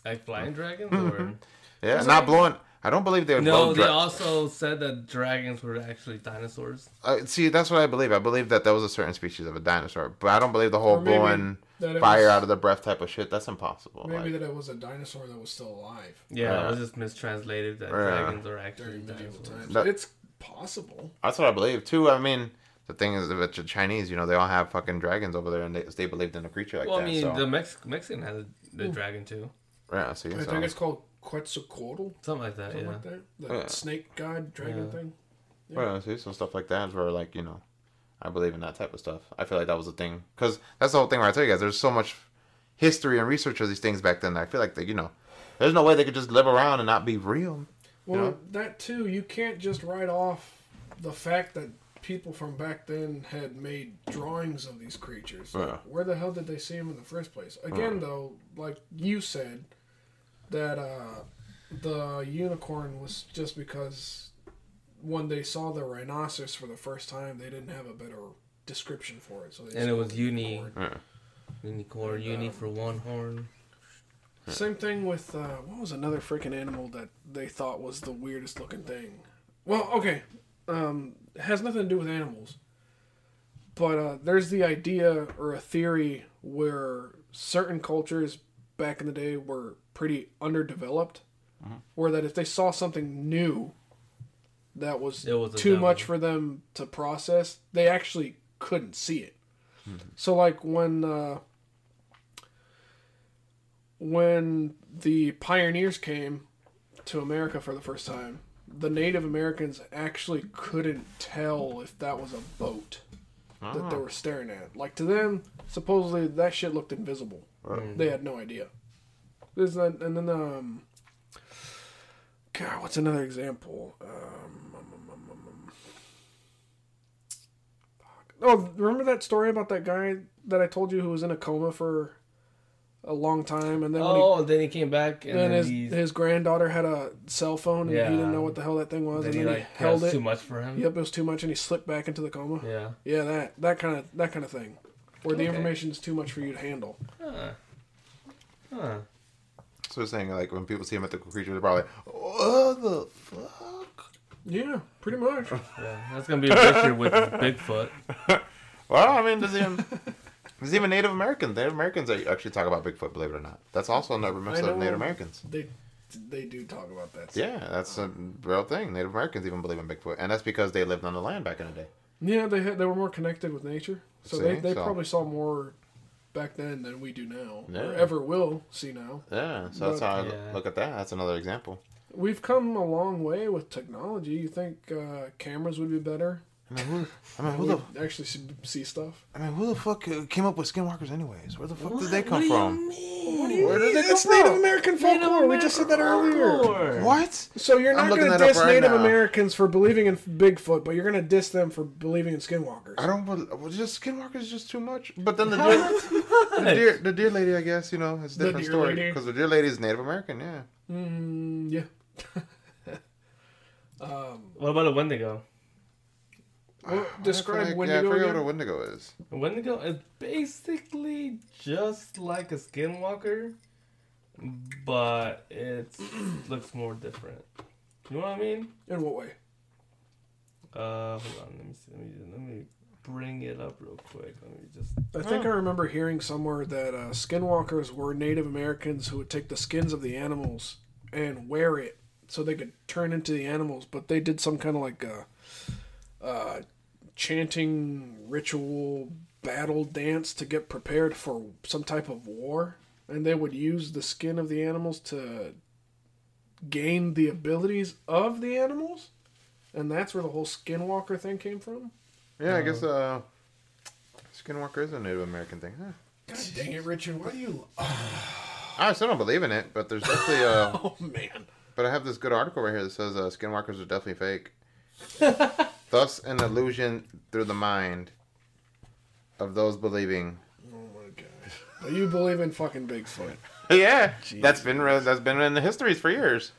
Like flying dragons? Or...
Yeah,
Is
not
it-
blowing. I don't believe they would blow
no, they
dra-
also said that dragons were actually dinosaurs.
uh, See, that's what I believe. I believe that that was a certain species of a dinosaur, but I don't believe the
Or
whole
maybe
blowing
that it
fire
was-
out of the breath type of shit. That's impossible.
Maybe
like-
that it was a dinosaur that was still alive
Yeah, it
Yeah.
was just mistranslated that
Yeah.
dragons are actually
during medieval
dinosaurs.
times.
That-
it's possible.
That's what I believe too. I mean, the thing is, if it's a Chinese, you know, they all have fucking dragons over there, and they, they believed in a creature like
Well,
that.
I mean,
so
the Mex- Mexican had a, the dragon too,
yeah, see,
I
so-
think it's called Quetzalcoatl,
something like that.
something
yeah.
like that. The
Yeah.
snake god dragon
Yeah.
thing.
yeah, see, so stuff like that is where like you know, I believe in that type of stuff. I feel like that was a thing because that's the whole thing where I tell you guys, there's so much history and research of these things back then. I feel like they, you know, there's no way they could just live around and not be real.
Well,
Yeah.
that too, you can't just write off the fact that people from back then had made drawings of these creatures. Like,
Yeah.
Where the hell did they see them in the first place? Again, though, like you said, that uh, the unicorn was just because when they saw the rhinoceros for the first time, they didn't have a better description for it. So they
And
just
it was
called
uni.
unicorn.
Yeah.
Unicorn, uni for one horn.
Same thing with uh, what was another freaking animal that they thought was the weirdest looking thing. Well, okay, um, it has nothing to do with animals, but uh, there's the idea or a theory where certain cultures back in the day were pretty underdeveloped,
Uh-huh.
or that if they saw something new that was,
It was a
too
devil.
much for them to process, they actually couldn't see it.
Hmm.
So like when uh, when the pioneers came to America for the first time, the Native Americans actually couldn't tell if that was a boat that they were staring at. Like to them, supposedly that shit looked invisible. They had no idea. There's that, and then um, God, what's another example? Um, um, um, um, um, um. Fuck. oh, remember that story about that guy that I told you who was in a coma for a long time, and then when he
Oh, then he came back and,
and
then
his
he,
his granddaughter had a cell phone and
Yeah.
he didn't know what the hell that thing was,
then he
and then he,
like that
held
was
it.
too much for him.
Yep, it was too much, and he slipped back into the coma. Yeah,
Yeah.
that that kind of that kind of thing, where the
Okay.
information is too much for you to handle.
Huh. Huh.
So they're saying like when people see a mythical creature, they're probably like, what the fuck?
Yeah, pretty much.
Yeah. That's gonna be a picture with Bigfoot.
Well, I mean, there's [laughs] even there's even Native Americans. Native Americans that actually talk about Bigfoot, believe it or not. That's also another myth
I
of
know.
Native Americans.
[laughs] they they do talk about that. stuff.
Yeah, that's a real thing. Native Americans even believe in Bigfoot, and that's because they lived on the land back in the day.
Yeah, they had, they were more connected with nature, so they,
See,
they
so-
probably saw more back then than we do now, or
Yeah.
ever will see now.
Yeah, so that's how I
Yeah.
look at that. That's another example.
We've come a long way with technology. You think uh, cameras would be better?
I mean, who, I mean, who
We
the,
actually see, see stuff.
I mean, who the fuck uh, came up with skinwalkers, anyways? Where the fuck did they
What-
come from?
What do you mean?
Where did
Native
it- it's Native American folklore. we just said that
American
earlier.
folklore.
What?
So you're
I'm
not
looking
going to
that up
diss
right
Native
now.
Americans for believing in Bigfoot, but you're going to diss them for believing in skinwalkers.
I don't. bel- Well, just skinwalkers is just too much. But then the
How
deer,
is
the deer, the deer lady, I guess you know, it's a
The
different
deer
story
lady.
because the deer lady is Native American. Yeah.
Mm, yeah. [laughs] Um,
What about a Wendigo?
Well,
I forget-
describe
Yeah, I
Wendigo
forget
again.
what a Wendigo is.
A Wendigo is basically just like a skinwalker, but it looks more different. You know what I mean?
In what way?
Uh, hold on. Let me see. Let me let me bring it up real quick. Let me just.
I think I remember hearing somewhere that uh, skinwalkers were Native Americans who would take the skins of the animals and wear it so they could turn into the animals, but they did some kind of like uh uh, chanting ritual battle dance to get prepared for some type of war, and they would use the skin of the animals to gain the abilities of the animals, and that's where the whole skinwalker thing came from.
Yeah, I guess uh,
Oh.
skinwalker is a Native American thing. Huh?
God dang it, Richard! Why do you? [laughs]
I still don't believe in it, but there's definitely
[laughs]
uh,
Oh man.
but I have this good article right here that says uh, skinwalkers are definitely fake. Thus, an illusion through the mind of those believing.
Oh my gosh. But you believe in fucking Bigfoot.
Yeah, that's been re- that's been in the histories for years.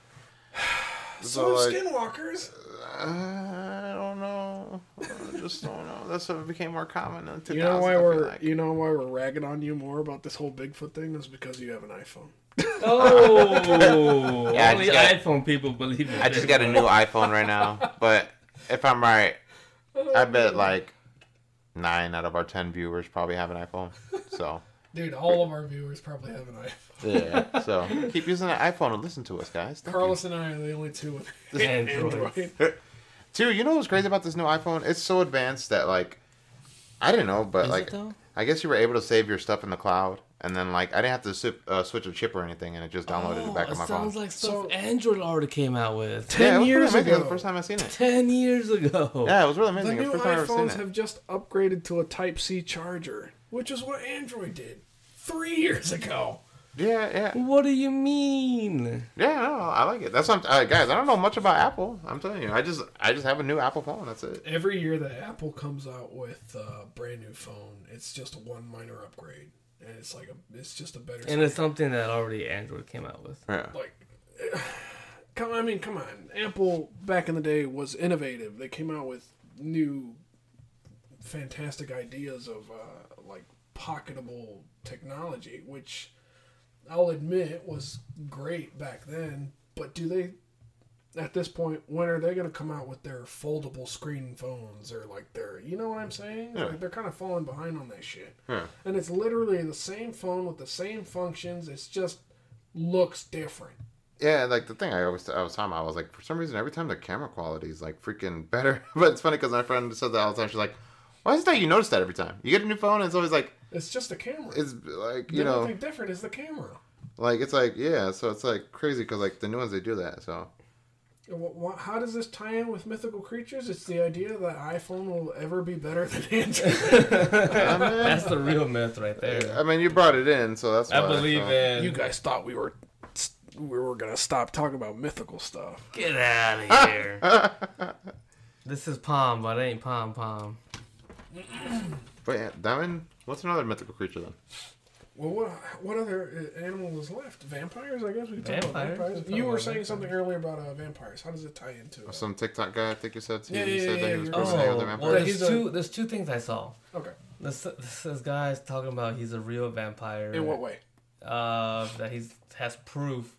So, like-
skinwalkers.
I don't know. I just don't know. That's what became more common in 2000.
You know why
I feel
we're
like.
you know why we're ragging on you more about this whole Bigfoot thing is because you have an iPhone.
Oh,
Yeah, I
only
just got-
iPhone people believe it.
I just got a new iPhone right
[laughs]
now, but if I'm right,
Oh,
I bet like nine out of our ten viewers probably have an iPhone.
[laughs]
So
Dude, all of our viewers probably have an iPhone.
yeah, so keep using an iPhone and listen to us, guys. Thank you.
Carlos and I are the only two with
Android.
Android.
Dude, you know what's crazy about this new iPhone? It's so advanced that like I didn't know, but like I guess you were able to save your stuff in the cloud, and then like I didn't have to sip, uh, switch a chip or anything, and it just downloaded it back
Oh,
on my
Oh,
phone.
sounds like
So-
stuff Android already came out with
yeah, it
10
was pretty
years
amazing. It was
ago.
the first time I seen it.
ten years ago.
Yeah, it was really
The
amazing. It
new
was the first time I ever seen
iPhones
it.
have just upgraded to a Type C charger, which is what Android did three years ago.
Yeah, yeah,
What do you mean?
yeah. No, I like it. That's what I'm, uh, guys. I don't know much about Apple. I'm telling you, I just, I just have a new Apple phone. That's it.
Every year that Apple comes out with a brand new phone, it's just one minor upgrade, and it's like a, it's just a better.
And it's something that already Android came out with.
Yeah.
like, [sighs] come. I mean, come on. Apple back in the day was innovative. They came out with new, fantastic ideas of uh, like pocketable technology, which I'll admit was great back then. But do they? At this point, when are they going to come out with their foldable screen phones or like their, you know what I'm saying?
Yeah.
Like they're kind of falling behind on that shit.
Yeah.
And it's literally the same phone with the same functions. It's just looks different.
Yeah, like the thing I always I was talking about, I was like, for some reason, every time the camera quality is like freaking better. [laughs] but it's funny because my friend said that all the time. She's like, why is it that you notice that every time you get a new phone? And it's always like,
It's just a camera.
it's like
the
you
only
know,
thing different is the camera.
like it's like yeah. So it's like crazy because like the new ones they do that. So
Wh- wh- How does this tie in with mythical creatures? It's the idea that iPhone will ever be better than [laughs] Android.
I mean,
That's the real myth right there.
I mean, you brought it in, so that's.
I
why,
believe
so.
in.
you guys thought we were we were gonna stop talking about mythical stuff.
Get out
[laughs]
of here. this is Palm, but it ain't Palm Palm.
But yeah, Diamond, what's another mythical creature then?
Well, what what other uh, animal is left? Vampires, I guess we could talk
Vampires.
about
We
vampires.
could talk
You were
about
saying
vampires.
something earlier about uh, vampires. How does it tie into it?
Some TikTok guy, I think you said. Too.
Yeah,
he
yeah,
said
yeah,
that he was
yeah.
personating with a
Oh, well,
vampire.
that he's
there's
a-
two. There's two things I saw.
Okay.
This, this, this guy's talking about he's a real vampire.
In what way?
Uh, that he's has proof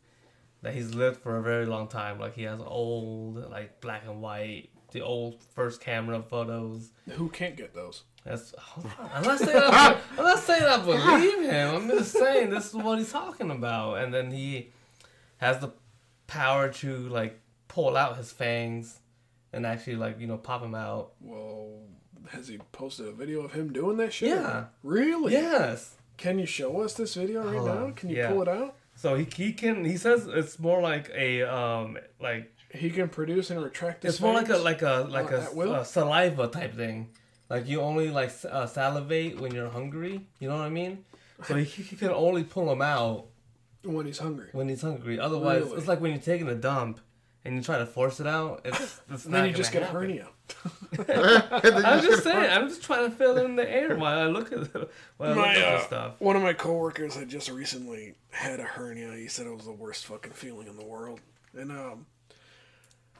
that he's lived for a very long time. Like he has old, like black and white, the old first camera photos.
Who can't get those?
That's. [laughs] hold on. I'm not saying I, I'm not saying I believe him. I'm just saying this is what he's talking about. And then he has the power to like pull out his fangs and actually like you know pop him out.
Well, has he posted a video of him doing that shit?
Yeah.
Really?
Yes.
Can you show us this video right
Hold
now?
on.
Can you
Yeah.
pull it out?
So he he can he says it's more like a um like
He can produce and retract his
it's more like a
fangs?
like a like
Uh,
a,
at will?
uh, saliva type thing. Like you only like s- uh, salivate when you're hungry. You know what I mean? So he, he can only pull them out
when he's hungry.
when he's hungry. Otherwise,
Really?
it's like when you're taking a dump and you try to force it out. It's it's
And
not
[laughs] then you just
gonna
get a
happen.
hernia.
Oh, [laughs]
I'm just saying. I'm just trying to fill in the air while I look at the, while I look
My,
at
uh,
the stuff.
One of my coworkers had just recently had a hernia. He said it was the worst fucking feeling in the world. And um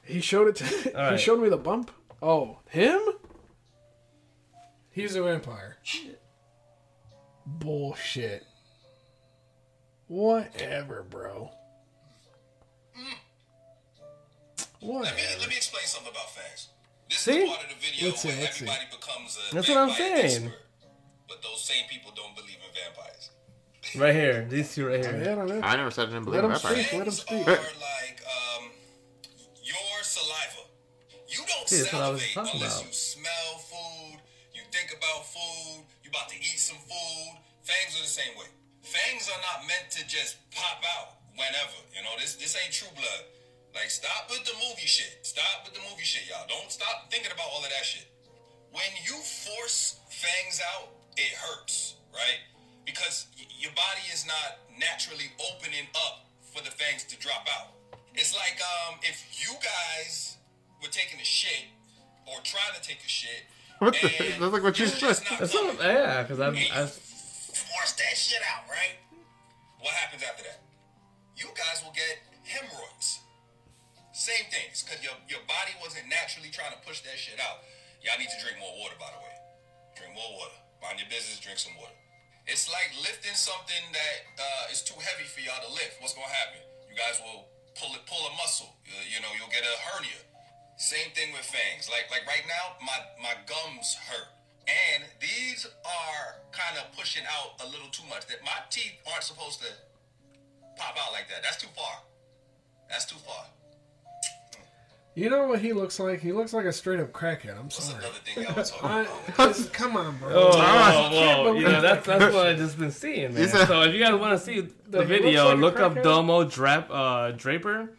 he showed it to [laughs]
All
he
right.
showed me the bump. Oh, him?
He's a vampire. Bullshit. Whatever, bro.
Let me, let
Whatever.
me explain something about fangs. This
See?
is the part of the video
Let's see,
where
let's see.
everybody becomes a
That's what I'm
vampire
saying.
expert. But those same people don't believe in vampires.
Right here, these two right here.
Yeah, I don't know.
I never said I didn't believe
Let
in
'em
vampires.
speak. Let him
Fangs
speak.
are like um, your saliva. You don't
See, that's what I was
salivate
talking
unless
about.
you smell food, you think about food, you about to eat some food. Fangs are the same way. Fangs are not meant to just pop out whenever. You know, this this ain't true blood. Like stop with the movie shit. Stop with the movie shit, y'all. Don't stop thinking about all of that shit. When you force fangs out, it hurts, right? Because y- your body is not naturally opening up for the fangs to drop out. It's like um, if you guys were taking a shit or trying to take a shit.
What the-
and
that's like what you
it was just
said.
not
That's what,
coming,
yeah, because I,
and you
I
force that shit out, right? What happens after that? You guys will get hemorrhoids. Same things, because your, your body wasn't naturally trying to push that shit out. Y'all need to drink more water, by the way. Drink more water. Mind your business, drink some water. It's like lifting something that uh, is too heavy for y'all to lift. What's going to happen? You guys will pull it, pull a muscle. You, you know, you'll get a hernia. Same thing with fangs. Like like right now, my, my gums hurt. And these are kind of pushing out a little too much. That my teeth aren't supposed to pop out like that. That's too far. That's too far.
You know what he looks like? He looks like a straight up crackhead. I'm
That's
sorry.
another thing y'all was talking
I,
about.
this- come on, bro.
Oh, whoa,
Ah,
whoa.
believe
You know, that's, that's what I've just been seeing, man.
He's a-
so if you guys want to see the
He looks
video,
like a
look up
crackhead.
Domo Drap, uh, Draper.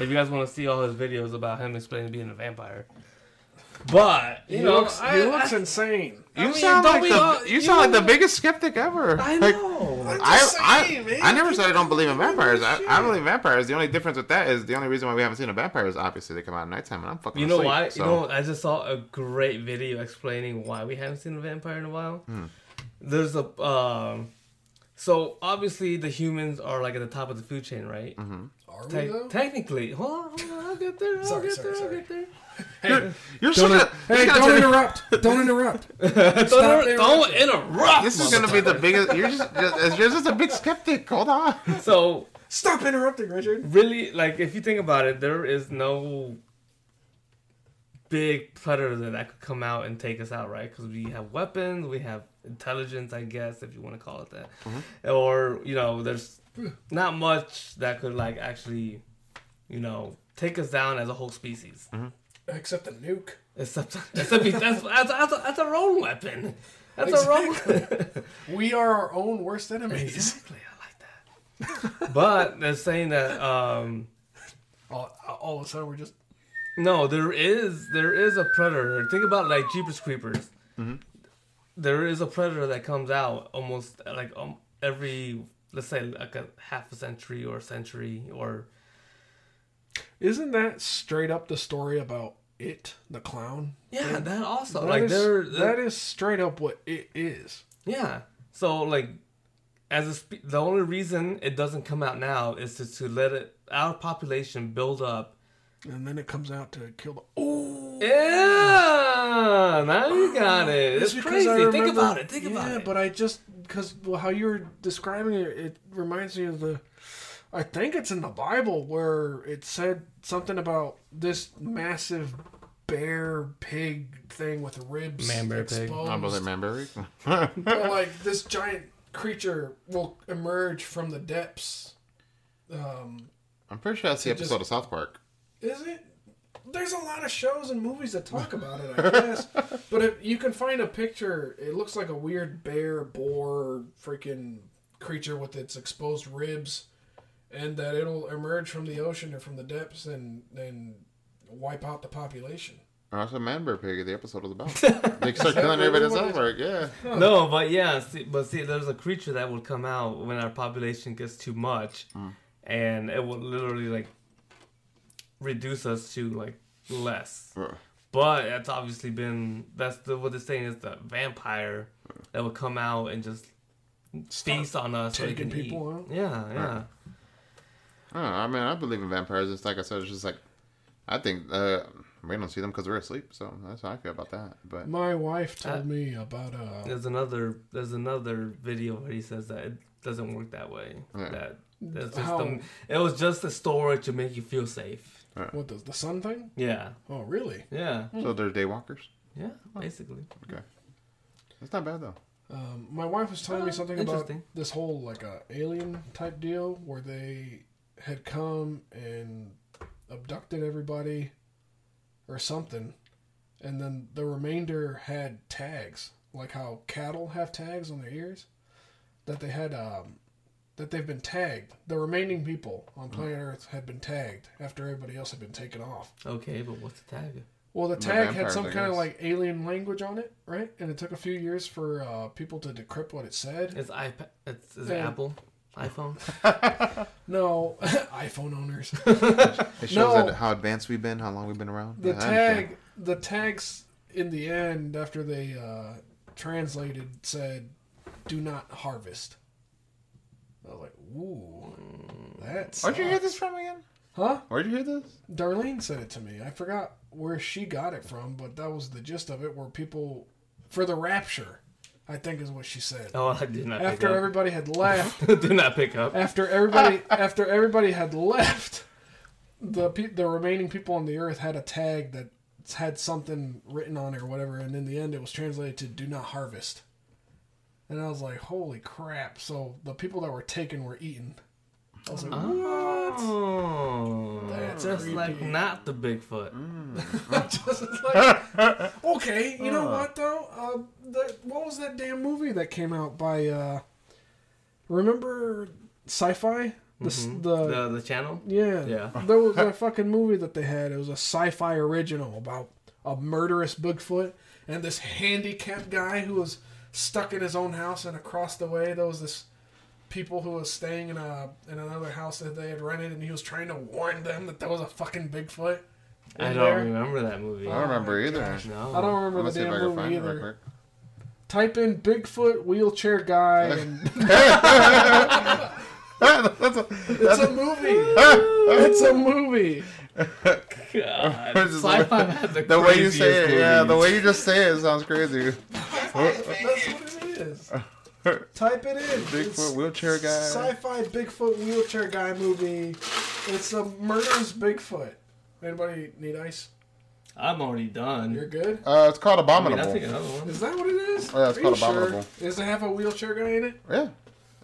If you guys want to see all his videos about him explaining being a vampire. But, you
he
know,
looks,
I,
he looks
I,
insane.
You
mean,
sound
don't
like
we
the
all-
you
you
sound like
know-
the biggest skeptic ever.
I
Like,
know.
just
I,
saying,
I,
man.
I never said I don't believe in vampires. I, I believe in vampires. The only difference with that is the only reason why we haven't seen a vampire is obviously they come out at nighttime, and I'm fucking.
You know
asleep,
why?
So.
You know, I just saw a great video explaining why we haven't seen a vampire in a while.
Hmm.
There's a um, so obviously the humans are like at the top of the food chain, right?
Mm-hmm.
Are we
Te-
though?
technically, hold on, hold on, I'll get there. I'll
Sorry,
get
sorry,
there.
sorry.
I'll get there.
You're
Don't,
such
er-
a-
hey,
this guy's
don't
a-
interrupt. [laughs] Don't interrupt.
don't,
there,
don't interrupt.
[laughs] This is gonna be the biggest. You're just, just you're just a big skeptic. Hold on.
so
Stop interrupting, Richard.
really, like if you think about it, there is no big predator that, that could come out and take us out, right? Because we have weapons, we have intelligence, I guess, if you want to call it that,
Mm-hmm.
or you know, there's not much that could like actually, you know, take us down as a whole species.
Mm-hmm.
Except the nuke.
Except, [laughs] except that's, that's, that's, that's our own weapon. That's our own.
We are our own worst enemies.
Exactly, I like that. [laughs] but they're saying that um,
[laughs] all, all of a sudden, we're just
no, there is there is a predator. Think about like Jeepers Creepers. There is a predator that comes out almost like um, every let's say like a half a century or a century or
Isn't that straight up the story about it, the clown?
yeah that also
That
like
is-
there
that is straight up what it is.
yeah so like as a spe- the only reason it doesn't come out now is to, to let it our population build up
And then it comes out to kill the. Oh,
Yeah, now
[sighs]
you got it. It's crazy. Think about it. Think about
yeah,
it.
but I just because well, how you were describing it, it reminds me of the. I think it's in the Bible where it said something about this massive bear pig thing with ribs
Man, bear, pig.
exposed.
I believe Manberry.
But, like this giant creature will emerge from the depths. Um,
[laughs] I'm pretty sure that's the
It just-
episode of South Park.
Is it? There's a lot of shows and movies that talk about it, I guess. but if you can find a picture, it looks like a weird bear, boar, freaking creature with its exposed ribs, and that it'll emerge from the ocean or from the depths and and wipe out the population.
Or that's what Man Bear Pig, the episode was
[laughs]
about. they start killing everybody in
really what
South
it-
Park, yeah.
No, but yeah, see, but see, there's a creature that will come out when our population gets too much, and it will literally like reduce us to like less.
Or-
But that's obviously been that's the, what they're saying is the vampire that will come out and just feast on us, so they
taking
can eat.
people out.
Yeah, yeah.
I don't know, I mean, I believe in vampires. It's like I said, it's just like, I think uh, we don't see them because we're asleep, so that's how I feel about that. But
My wife told
Uh,
me about uh,
There's another there's another video where he says that it doesn't work that way.
Yeah.
That that's just
How-
the, it was just a story to make you feel safe.
what the the sun thing.
Yeah,
Oh, really?
yeah,
Mm.
so they're daywalkers.
yeah. Basically.
That's not bad though.
Um, my wife was telling me
Oh,
something about
interesting.
this whole like uh, alien type deal where they had come and abducted everybody or something, and then the remainder had tags, like how cattle have tags on their ears, that they had um, that they've been tagged. The remaining people on planet Earth had been tagged after everybody else had been taken off.
Okay, but what's the tag?
Well, the
The
tag had
vampires,
some
I
kind of
guess.
like alien language on it, right? And it took a few years for uh, people to decrypt what it said.
It's iPad. It's is it
Yeah.
Apple iPhone.
No, iPhone owners.
It shows
No.
that how advanced we've been, how long we've been around.
The
Yeah, I understand.
tag, the tags in the end after they uh, translated said, "Do not harvest." I was like, "Ooh, that's."
Where'd you hear this from again?
Huh?
Where'd you hear this?
Darlene said it to me. I forgot where she got it from, but that was the gist of it. Where people for the rapture, I think is what she said.
Oh, I did not
After
pick
everybody had left,
up. [laughs] did not pick up.
after everybody after everybody had left the pe- the remaining people on the earth had a tag that had something written on it or whatever and in the end it was translated to do not harvest and i was like holy crap so the people that were taken were eaten i was like
Ah.
what
Oh,
That's
just
creepy.
like not the Bigfoot.
Mm.
[laughs] Just like, okay you know what though uh, the, what was that damn movie that came out by uh remember sci-fi the, s the
Mm-hmm. The the channel.
Yeah.
Yeah.
There was a fucking movie that they had. It was a sci-fi original about a murderous Bigfoot and this handicapped guy who was stuck in his own house and across the way there was this people who was staying in a in another house that they had rented and he was trying to warn them that there was a fucking Bigfoot.
I
in
don't
there.
remember that movie.
Oh
I don't remember either.
No.
I don't
I'm
remember
gonna
the
see if I
damn
can find
movie
it real
either.
quick. [laughs]
Type in Bigfoot wheelchair guy
[laughs]
and
That's a-
it's
[laughs]
a movie. it's a movie.
[laughs] [laughs] God.
This is
Sci-fi had the,
the way you say it,
craziest
yeah, the
movies.
way you just say it sounds crazy.
That's what it is.
[laughs]
Type it in. It's-
Bigfoot wheelchair guy.
Sci-fi Bigfoot wheelchair guy movie. It's a murderous Bigfoot. Anybody need ice?
I'm already
You're
done.
good.
Uh, it's called
I mean, I
abominable.
take another one.
Is that what it is?
Oh, Yeah, it's
Are
called
you sure?
Abominable.
Does it have a wheelchair guy in it?
yeah,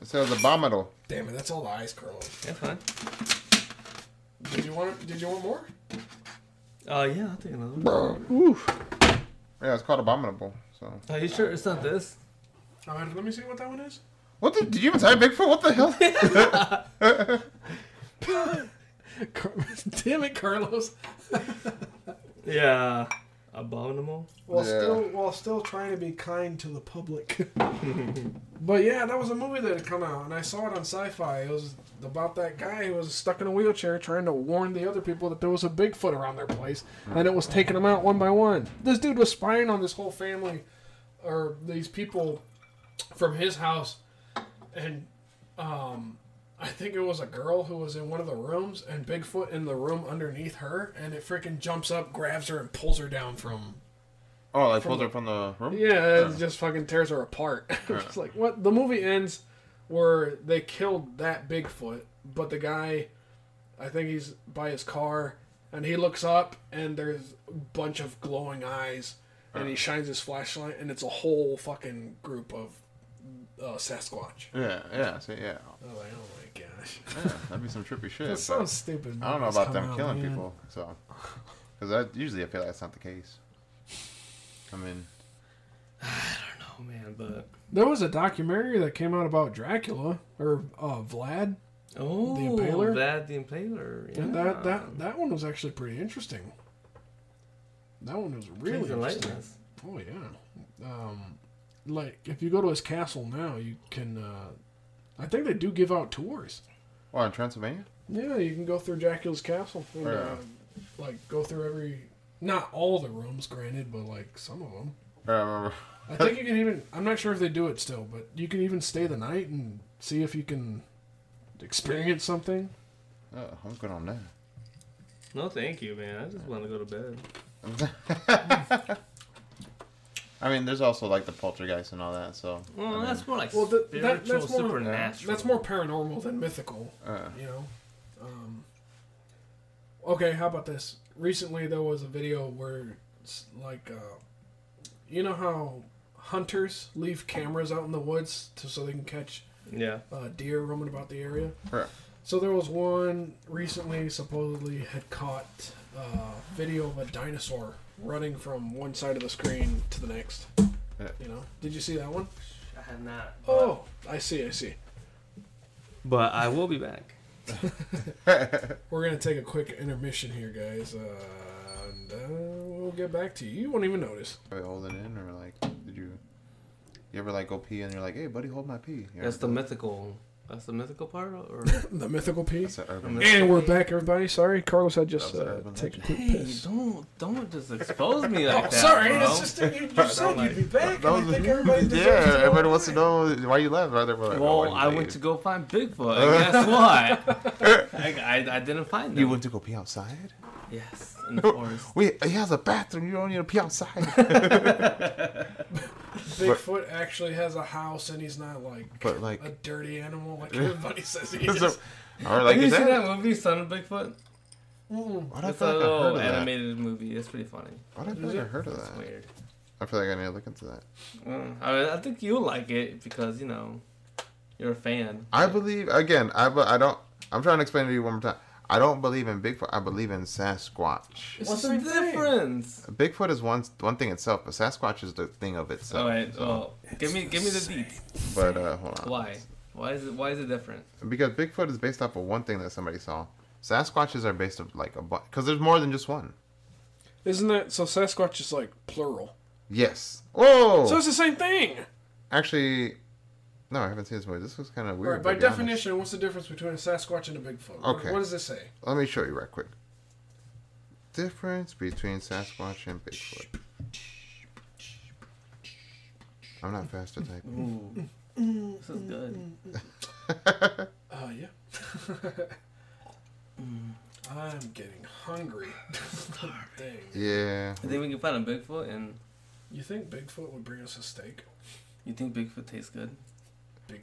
it says abominable.
Damn it! That's all the ice curls.
That's fine.
Did you want? Did you want more?
Oh yeah, I'll take another one.
Yeah, it's called abominable. So,
Are you sure it's not this?
All right, Uh, let me see what that one [laughs] is.
what the, did you even type Bigfoot? What the hell?
Car- Damn it, Carlos!
Yeah. Abominable.
While
Yeah.
still while still trying to be kind to the public. but yeah, that was a movie that had come out, and I saw it on Sci-Fi. It was about that guy who was stuck in a wheelchair trying to warn the other people that there was a Bigfoot around their place, and it was taking them out one by one. This dude was spying on this whole family, or these people from his house, and um. I think it was a girl who was in one of the rooms, and Bigfoot in the room underneath her, and it freaking jumps up, grabs her, and pulls her down from
[laughs] oh, like pulled her from the room.
yeah, it just fucking tears her apart. [laughs] it's like what the movie ends where they killed that Bigfoot, but the guy, I think he's by his car, and he looks up and there's a bunch of glowing eyes, and he shines his flashlight, and it's a whole fucking group of
uh, Sasquatch.
Yeah, yeah, see, yeah.
I was like, oh my
[laughs]
gosh.
yeah. That'd be some trippy shit.
That
but
sounds stupid.
I don't know
It's
about
come
them
out,
killing
man.
people, so. Because that usually I feel like that's not the case. I mean,
Oh man, but
There was a documentary that came out about Dracula or uh, Vlad,
oh, the
Impaler?
Vlad the Impaler. Yeah.
and that that that one was actually pretty interesting. That one was
Please
really
enlighten
interesting.
us.
Oh yeah. Um, like if you go to his castle now, you can. Uh, I think they do give out tours.
oh, in Transylvania?
Yeah, you can go through Dracula's castle. and,
Yeah.
uh, like go through every, not all the rooms, granted, but like some of them.
Or I remember.
I think you can even. I'm not sure if they do it still, but you can even stay the night and see if you can experience something.
Oh, what's going on there?
No, thank you, man. I just want to go to bed.
I mean, there's also like the poltergeist and all that, so. I
Well,
mean,
that's more like
Well, that-
spiritual,
that- that's more-
supernatural.
That's more paranormal than mythical.
uh,
you know. Um, okay, how about this? Recently, there was a video where, it's like, uh, you know how hunters leave cameras out in the woods to, so they can catch
Yeah.
uh, deer roaming about the area.
Right.
So there was one recently, supposedly had caught uh, video of a dinosaur running from one side of the screen to the next.
Yeah.
You know, did you see that one?
I have not.
Oh, I see, I see.
But I will be back.
We're gonna take a quick intermission here, guys, uh, and uh, we'll get back to you. You won't even notice. [clears throat]
Are you holding in or like, did you. You ever like go pee and you're like, hey, buddy, hold my pee? You
That's
ever
the
do
mythical. That's the mythical part,
[laughs]
or
The mythical
that? That's
piece.
the urban.
myth-
And we're back, everybody. Sorry, Carlos had just
That's an
uh,
urban
take a
legend.
quick
hey,
piss.
don't don't just expose [laughs] me like
Oh,
that.
sorry.
bro.
It's just that you, you said
like-
you'd be back.
That
and I
was-
think everybody
[laughs]
deserves
yeah,
to know
everybody
why.
wants to know why you left. Right? They're like, "Oh,
Well,
you
I went
leave."
to go find Bigfoot. And
[laughs]
guess what? I, I, I didn't find him.
You went to go pee outside?
Yes, in
[laughs]
the forest.
Wait, he has a bathroom. You don't need to pee outside.
Bigfoot actually has a house, and he's not like
but like,
a dirty animal like everybody
[laughs]
says he is.
so, or like
Have you
is
seen
that?
that movie, Son of Bigfoot?
Mm-mm.
Why do I
It's
feel
a
like I heard
little
of that?
animated movie. It's pretty funny.
Why do I feel like I heard of
It's
that?
weird.
I feel like I need to look into that.
Mm. I, mean, I think you'll like it because you know you're a fan.
I believe again. I bu- I don't. I'm trying to explain to you one more time. I don't believe in Bigfoot. I believe in Sasquatch.
It's
What's
the
the
same thing.
difference?
Bigfoot is one one thing itself, but Sasquatch is the thing of itself.
All right.
so-
Well, give me give me the deets.
but uh, hold on.
Why? Why is it why is it different?
Because Bigfoot is based off of one thing that somebody saw. Sasquatches are based of like a bunch. Because there's more than just one.
Isn't that so? Sasquatch is like plural,
Yes. Whoa.
so it's the same thing.
Actually, no, I haven't seen this movie. This was kind of
All
weird.
right. By
to be honest.
definition, what's the difference between a Sasquatch and a Bigfoot?
Okay.
What, what does it say?
let me show you right quick. Difference between Sasquatch and Bigfoot. I'm not fast to type.
Ooh.
Mm,
This is good.
Uh, yeah. [laughs] Mm, I'm getting hungry. [laughs] Dang.
Yeah.
I think we can find a Bigfoot, and
You think Bigfoot would bring us a steak?
you think Bigfoot tastes good?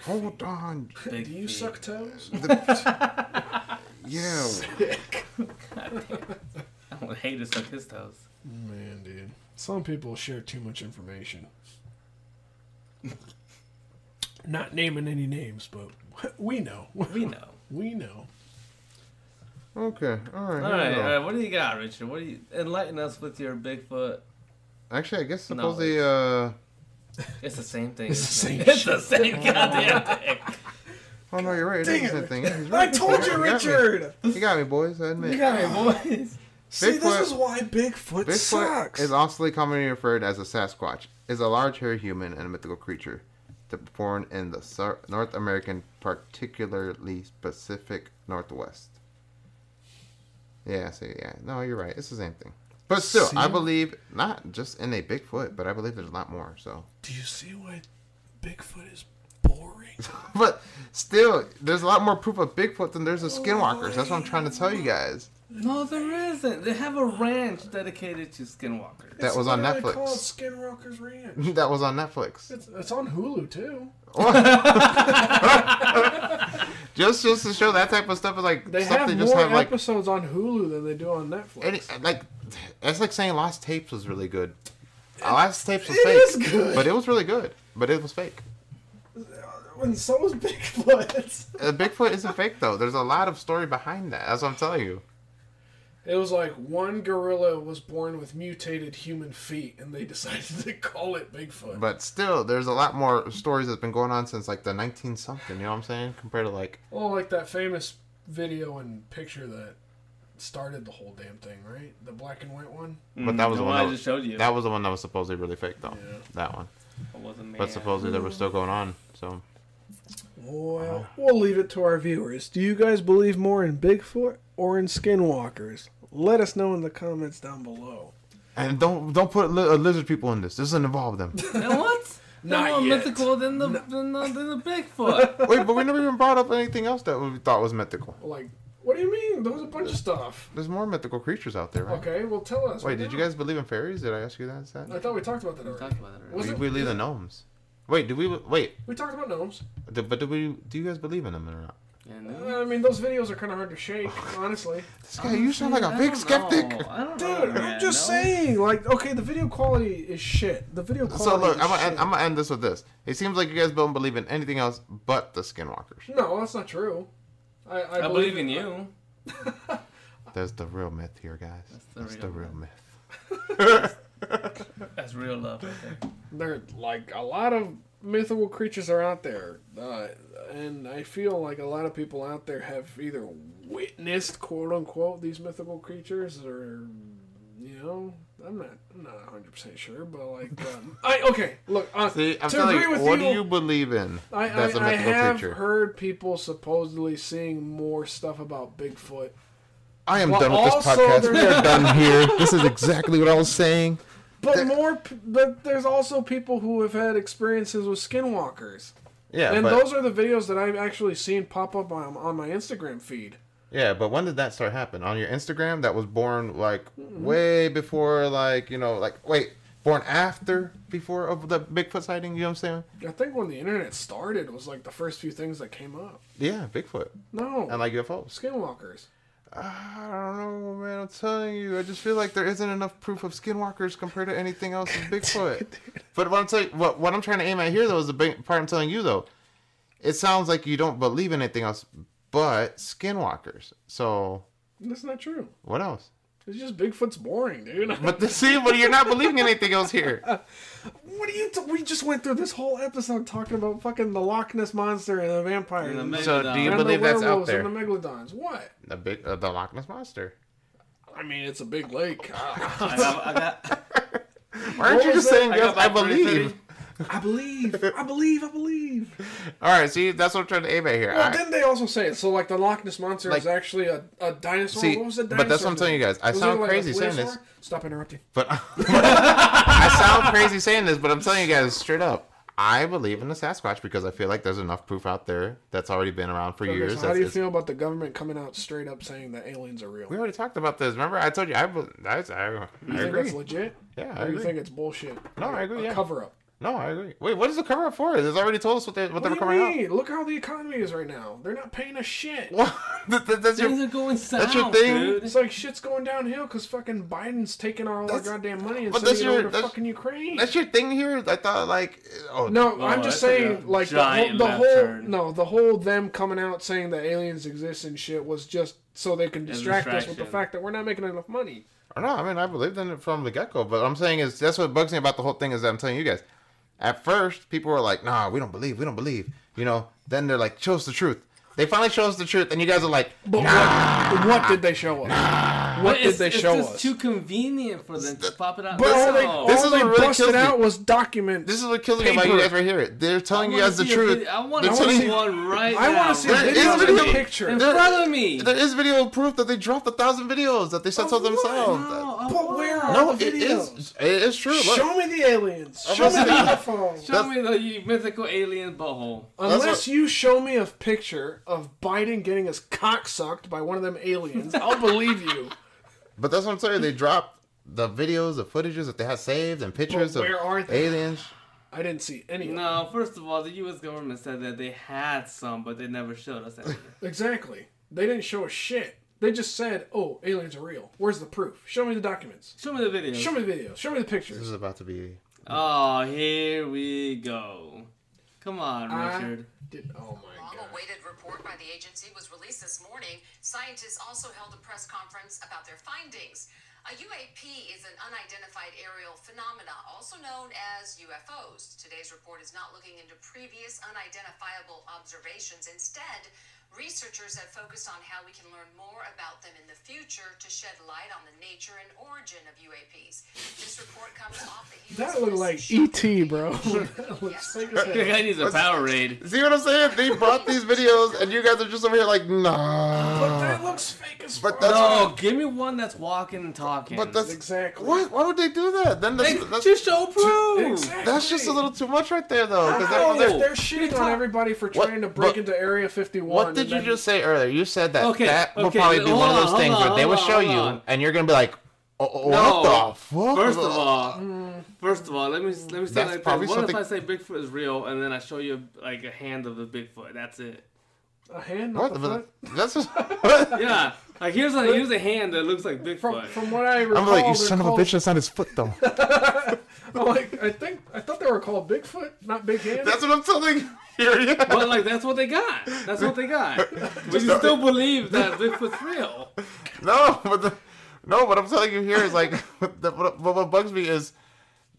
Hold Oh,
Bigfoot.
on.
Big
Do you
feet.
suck toes? [laughs]
Yeah.
[laughs] I would hate to suck his toes.
Man, dude. Some people share too much information. [laughs] Not naming any names, but [laughs] we know.
We know.
We know.
Okay. All right.
All
here we
right,
go.
all
uh,
right. What do you got, Richard? What do you enlighten us with your Bigfoot?
Actually, I guess
No,
supposedly. Uh,
It's the same thing.
It's the
isn't it? [laughs]
same
It's the same goddamn thing.
oh no, you're right. It
Dang
is
it,
that thing. He's
I
right.
told
[laughs] He got
you,
me.
Richard!
You got me, boys. I admit.
All right, boys.
See,
Bigfoot-
this is why Bigfoot,
Bigfoot
sucks.
is also commonly referred as a Sasquatch. Is a large hairy human and a mythical creature, to be found in the sur- North American, particularly Pacific Northwest. Yeah, so yeah, no, you're right. It's the same thing. But still, I
See?
believe not just in a Bigfoot, but I believe there's a lot more. So, [laughs]
Do you see why Bigfoot is boring?
but still, there's a lot more proof of Bigfoot than there's of
Oh,
Skinwalkers. That's what I'm trying to tell you guys.
No, there isn't. They have a ranch dedicated to skinwalkers.
That was on
It's literally called
Netflix.
Skinwalker's Ranch.
[laughs] that was on Netflix.
It's, it's on Hulu too.
Just just to show that type of stuff is like
They
stuff
have
they
more
just have like
episodes on Hulu than they do on Netflix.
Any, like that's like saying Lost Tapes was really good. Lost Tapes was
it
fake,
is good.
but it was really good. But it was fake.
and so was [laughs] Bigfoot.
Uh, Bigfoot isn't fake though. There's a lot of story behind that. That's what I'm telling you.
It was like one gorilla was born with mutated human feet, and they [laughs] decided to call it Bigfoot.
But still, there's a lot more stories that's been going on since like the 19 something. You know what I'm saying? Compared to like
Well, like that famous video and picture that started the whole damn thing, right? The black and white one.
But that was the one
Mm, one
that
I
was-
just showed you.
that was the one that was supposedly really fake though.
Yeah.
That one.
I wasn't man.
But supposedly that was still going on. So Uh-huh.
Well, we'll leave it to our viewers. Do you guys believe more in Bigfoot or in skinwalkers? Let us know in the comments down below.
and don't don't put li- uh, lizard people in this. This doesn't involve them.
And what? They're
Not
more
yet.
mythical than the, than the than the Bigfoot.
Wait, but we never even brought up anything else that we thought was mythical.
Like, what do you mean? There was a bunch of stuff.
There's more mythical creatures out there, right?
Okay, well, tell us.
Wait, did you guys believe in fairies? Did I ask you that? Is that?
I thought we talked about that
we
already.
talked about that
Was
already.
We
it-
believe in gnomes. Wait, do we? Wait,
We talked about gnomes. Uh,
do, but do we? Do you guys believe in them or not?
And then-
I mean, those videos are kind of hard to [laughs] shake, honestly. Uh,
This guy, you sound like a big skeptic.
[laughs]
I don't know.
Dude, I'm
man,
just
no.
saying. Like, okay, the video quality is shit. The video quality.
So look,
is
I'm gonna,
shit.
end, I'm gonna end this with this. It seems like you guys don't believe in anything else but the skinwalkers.
No, that's not true. I, I,
I believe in you.
That's the real myth here, guys. That's
the
the,
real
real myth.
That's real love right there.
There, like a lot of mythical creatures are out there, uh, and I feel like a lot of people out there have either witnessed, quote unquote, these mythical creatures, or you know, I'm not, I'm not 100 percent sure, but like,
[laughs]
um, I okay, look, uh,
See, I'm
to
telling
agree
you,
with
what
you,
do you believe in?
I, I,
that's a
I
mythical
have
creature.
heard people supposedly seeing more stuff about Bigfoot.
I am
Well,
done with this
also
podcast. We
there-
are done here. This is exactly what I was saying.
But
There-
more, p- but there's also people who have had experiences with skinwalkers,
Yeah,
and
but
those are the videos that I've actually seen pop up on, on my Instagram feed.
yeah, but when did that start happen? On your Instagram, that was born like way before, like you know, like wait, born after before of the Bigfoot sighting. You know what I'm saying?
I think when the internet started was like the first few things that came up.
Yeah, Bigfoot
No,
and like UFOs.
skinwalkers.
I don't know, man. I'm telling you, I just feel like there isn't enough proof of skinwalkers compared to anything else in [laughs] Bigfoot. but what I'm saying, what, what I'm trying to aim at here, though, is the big part I'm telling you, though. It sounds like you don't believe in anything else but skinwalkers. So
That's not true.
what else?
It's just Bigfoot's boring, dude.
But the, see, but you're not believing anything else here.
[laughs] what are you? T- we just went through this whole episode talking about fucking the Loch Ness monster and the vampire
And the
and, the,
Meg-
So do you
and the
believe that's out
werewolves
there?
and the megalodons. What?
The big, uh, the Loch Ness monster.
I mean, it's a
[laughs]
big lake. I,
I got, I got,
Why aren't you
was
just
that?
saying
I
yes?
got
I
my pretty
believe.
I believe. I believe. I believe.
[laughs] All right, see, that's what I'm trying to aim at here.
Well,
I-
didn't they also say it? So, like, the Loch Ness monster
Like-
is actually a, a dinosaur.
See,
what was the
but
dinosaur?
that's what I'm telling you
name?
guys. I
Was
sound
it, like, a
crazy saying this.
plesiosaur? Stop interrupting.
But [laughs] I sound crazy saying this, but I'm telling you guys straight up. I believe in the Sasquatch because I feel like there's enough proof out there that's already been around for
Okay,
years.
so how do you
That's- it's-
feel about the government coming out straight up saying that aliens are real?
We already talked about this. Remember, I told you I be- I, I, I
You think
agree.
that's legit?
Yeah, I
Or you
agree.
think it's bullshit?
No, I
A
agree. Yeah.
cover up.
no, I agree. Wait, what is the cover up for? It's already told us what they what,
What
they
do
were
you
coming out.
mean? Look how the economy is right now. They're not paying a shit.
Well, [laughs] that, that- that's
things
your.
are going south.
your thing?
Dude.
It's like shit's going downhill because fucking Biden's taking all our
That's-
goddamn money and
but
sending
that's
it
your-
over to
that's-
fucking Ukraine.
That's your thing here. I thought like, oh
No,
Oh,
I'm just
that's a
saying,
gi-
like the whole,
giant
the
left
whole
turn.
no, the whole them coming out saying that aliens exist and shit was just so they can distract us with the
distraction.
fact that we're not making enough money.
Or no, I mean I believed in it from the get go. But I'm saying is that's what bugs me about the whole thing is that I'm telling you guys. At first, people were like, "Nah, we don't believe, we don't believe," you know. Then they're like, "Show us the truth." They finally show us the truth, and you guys are like,
But what, what did they show us? What did
It's,
they
it's
show
just
us?
too convenient for them to pop it out.
but all they,
No.
all
this is
they
what really kills
busted
me.
out was documents.
"This is what kills me about you
Paper.
guys right here." They're telling
I
you
wanna
guys the
see a
truth.
video- I
They're
want to
telling
see
you-
one right
I
want to
see
There is
videos
video
and
picture in
pictures.
There-
front of me.
There is video proof that they dropped a thousand videos that they sent to themselves.
No, I
But
want-
where are
No,
the
it
videos?
is. It is true. Look,
Show me the aliens. Show me
gonna
the
say-
UFOs.
Show me the mythical alien butthole.
Unless
what-
you show me a picture of Biden getting his cock sucked by one of them aliens, I'll believe you.
but that's what I'm saying. They dropped the videos, the footages that they had saved, and pictures
But where
of
are they?
aliens.
I didn't see any. of them.
No, first of all, the U.S. government said that they had some, but they never showed us anything.
Exactly. They didn't show a shit. They just said, "Oh, aliens are real. Where's the proof? Show me the documents.
Show me the video.
Show me the videos. Show me the
This
pictures."
is about to be
Oh, here we go. Come on,
I
Uh,
Richard. [laughs]
Did, oh my
long
god.
awaited report by the agency was released this morning. Scientists also held a press conference about their findings. A UAP is an unidentified aerial phenomena, also known as UFOs. Today's report is not looking into previous unidentifiable observations. Instead, researchers have focused on how we can learn more about them in the future to shed light on the nature and origin of UAPs. This report comes off the heels
That
of
looked
a
like
shocking
E.T., bro. [laughs]
revelation
Looks like as
yesterday.
hell.
[laughs] The guy needs a
[laughs]
Powerade.
See what I'm saying? They brought these videos, and you guys are just over here like,
But that
nah.
looks fake as
Uh, But
fuck.
that's
No, Oh, give me one that's walking and talking.
But that's
Exactly.
What? Why would they do that? Then that's,
Like,
that's,
to
[laughs]
show proof.
Exactly.
that's just a little too much right there, though. 'cause they're-
Ow,
No.
they're-
they're, they're shitting on everybody for
What-
trying to break
but-
into Area 51.
what did
and
you
then-
just say earlier? You said that
Okay,
that will
okay,
probably be
hold
one of those
on,
things
hold
where they
on,
will
hold
show
on,
you,
hold on.
and you're gonna be like, "Oh, oh,
No.
"What the fuck?"
First of all, first of all, let me let me say
Mm. That's
it like
probably
this. What
something-
if I say Bigfoot is real and then I show you like a hand of a Bigfoot? That's [laughs] it.
A hand?
What
What the
the-
fuck?
[laughs] That's just,
Yeah, like here's a here's a hand that looks like Bigfoot.
From, from what I recall,
I'm like, you
they're
son of a
called-
[laughs]
bitch, that's not his foot though.
I'm [laughs] like, I think I thought they were called Bigfoot, not Big Hand.
that's what I'm telling you. [laughs] Yeah.
but like that's what they got. That's what they
[laughs]
got. But you still believe that Bigfoot's real.
[laughs] No, but the, no, what I'm telling you here is like, [laughs] what, the, what, what bugs me is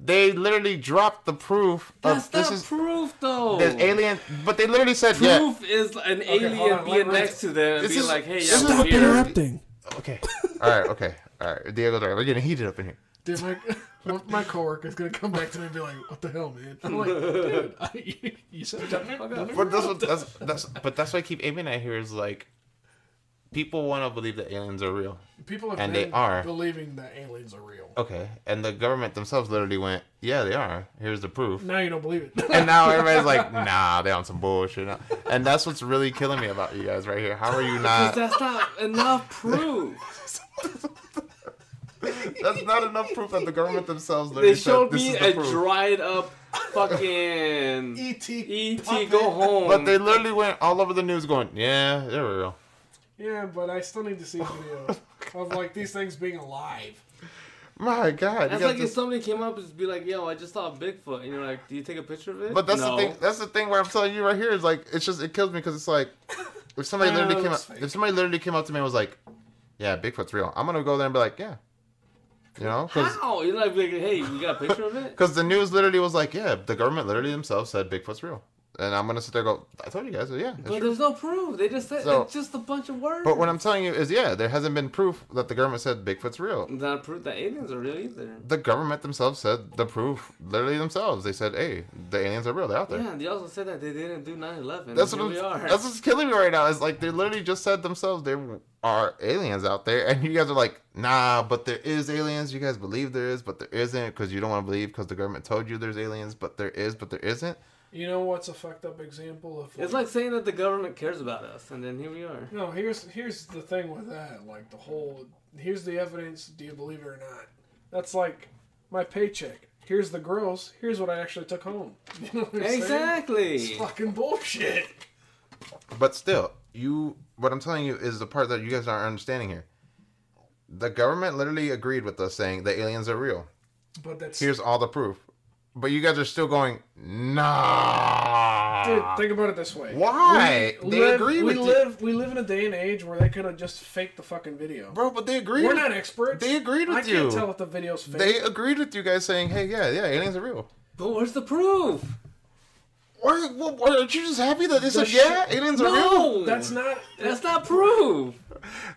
they literally dropped the proof
That's
of this
not
is
proof though.
there's alien, but they literally said yeah.
Proof is an
hold
alien
on,
being
let- let-
next to them and
This
being
is-
like, hey,
Stop
I'm
Stop
here.
interrupting.
Okay. All right. Okay. All right. Diego's right. We're getting heated up in here.
Dude, my, [laughs] one of my coworker's gonna come back to me and be like, "What the hell, man?" I'm like, "Dude, [laughs] I, you, you said it down there." down there."
But that's what that's that's but that's why I keep aiming at here is like, people want to believe that aliens are real.
People have
And they
been
are.
believing that aliens are real.
Okay. And the government themselves literally went, yeah, they are. Here's the proof.
Now you don't believe it. [laughs]
And now
[laughs]
everybody's like, nah, they on some bullshit. And that's what's really killing me about you guys right here. How are you not?
'Cause That's not enough proof.
That's not enough proof that the government themselves literally
They showed
said this
me
is the
a
proof.
dried up fucking
E E.T.
ET E go home.
but they literally went all over the news going, yeah, they're real.
Yeah, but I still need to see video of like these things being alive.
My God. you
That's
got
like
this-
if somebody came up and just be like, "Yo, I just saw a Bigfoot," and you're like, "Do you take a picture of it?"
But that's
No.
the thing. That's the thing where I'm telling you right here is like it's just it kills me because it's like if somebody
No,
literally came up
it's fake.
if somebody literally came up to me and was like, "Yeah, Bigfoot's real," I'm gonna go there and be like, "Yeah," you know, because
How? You're like, like, "Hey, you got a picture
[laughs]
of it?"
the news literally was like, "Yeah, the government literally themselves said Bigfoot's real," and I'm gonna sit there and go, "I told you guys, yeah." it's
But
true."
there's no proof. They just said
So-
it's just a bunch of words.
But what I'm telling you is, yeah, there hasn't been proof that the government said Bigfoot's real.
It's not proof that aliens are real either.
The government themselves said the proof literally themselves. They said, "Hey, the aliens are real. They're out there."
Yeah, they also said that they didn't do 9/11.
That's
Here
what I'm,
we are.
that's what's killing me right now. Is like they literally just said themselves there are aliens out there, and you guys are like, nah, but there is aliens. You guys believe there is, but there isn't because you don't want to believe because the government told you there's aliens, but there is, but there isn't.
You know what's a fucked up example of?
it's like saying that the government cares about us, and then here we are.
No, here's here's the thing with that. Like the whole here's the evidence. Do you believe it or not? That's like my paycheck. Here's the gross. Here's what I actually took home. [laughs] You know what I'm saying?
Exactly.
It's fucking bullshit.
But still, you what I'm telling you is the part that you guys aren't understanding here. The government literally agreed with us saying the aliens are real.
But that's
Here's all the proof, but you guys are still going, nah.
dude. Think about it this way.
Why?
We
they
live,
agree
we
with you.
live we live in a day and age where they could have just faked the fucking video.
Bro, but they agree.
We're
with-
not experts.
They agreed with
I
you.
can't tell if the video's fake.
They agreed with you guys saying, "Hey, yeah, yeah, aliens are real."
But where's the proof?
Why, why, why aren't you just happy that they said,
shit-
"Yeah, aliens are real"?
No,
that's not.
That's not proof.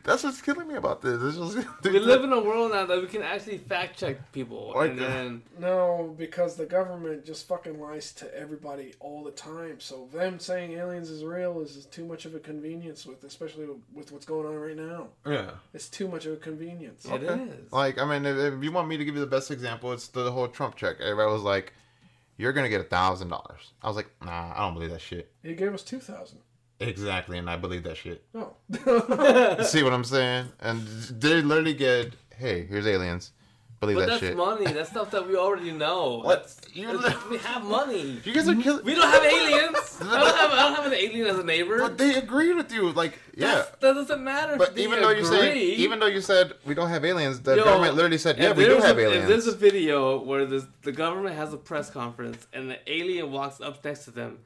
That's what's killing me about this. It's just, [laughs]
We live in a world now that we can actually fact check people,
Like,
and
uh,
then
No, because the government just fucking lies to everybody all the time. So them saying aliens is real is, is too much of a convenience with, especially with what's going on right now.
yeah.
It's too much of a convenience.
it is.
Like, I mean, if, if you want me to give you the best example, it's the whole Trump check. Everybody was like, "You're gonna get a thousand dollars." I was like, "Nah, I don't believe that shit."
He gave us two thousand. Oh.
Exactly, and I believe that shit.
[laughs] No,
See what I'm saying? And they literally get, "Hey, here's aliens." Believe
But
that
that's
shit.
money. That's stuff that we already know.
[laughs] What?
That's-
You
that's-
li-
we have money.
You guys are killing.
We don't have aliens.
[laughs]
I don't have, I don't have an alien as a neighbor.
But they agreed with you, like, yeah.
That's- That doesn't matter. if
But
they
even though you said,
agree.
even though you said we don't have aliens, the
Yo,
government literally said, yeah,
if
we do
there's
have
a, If
aliens.
there's a video where this, the government has a press conference and the alien walks up next to them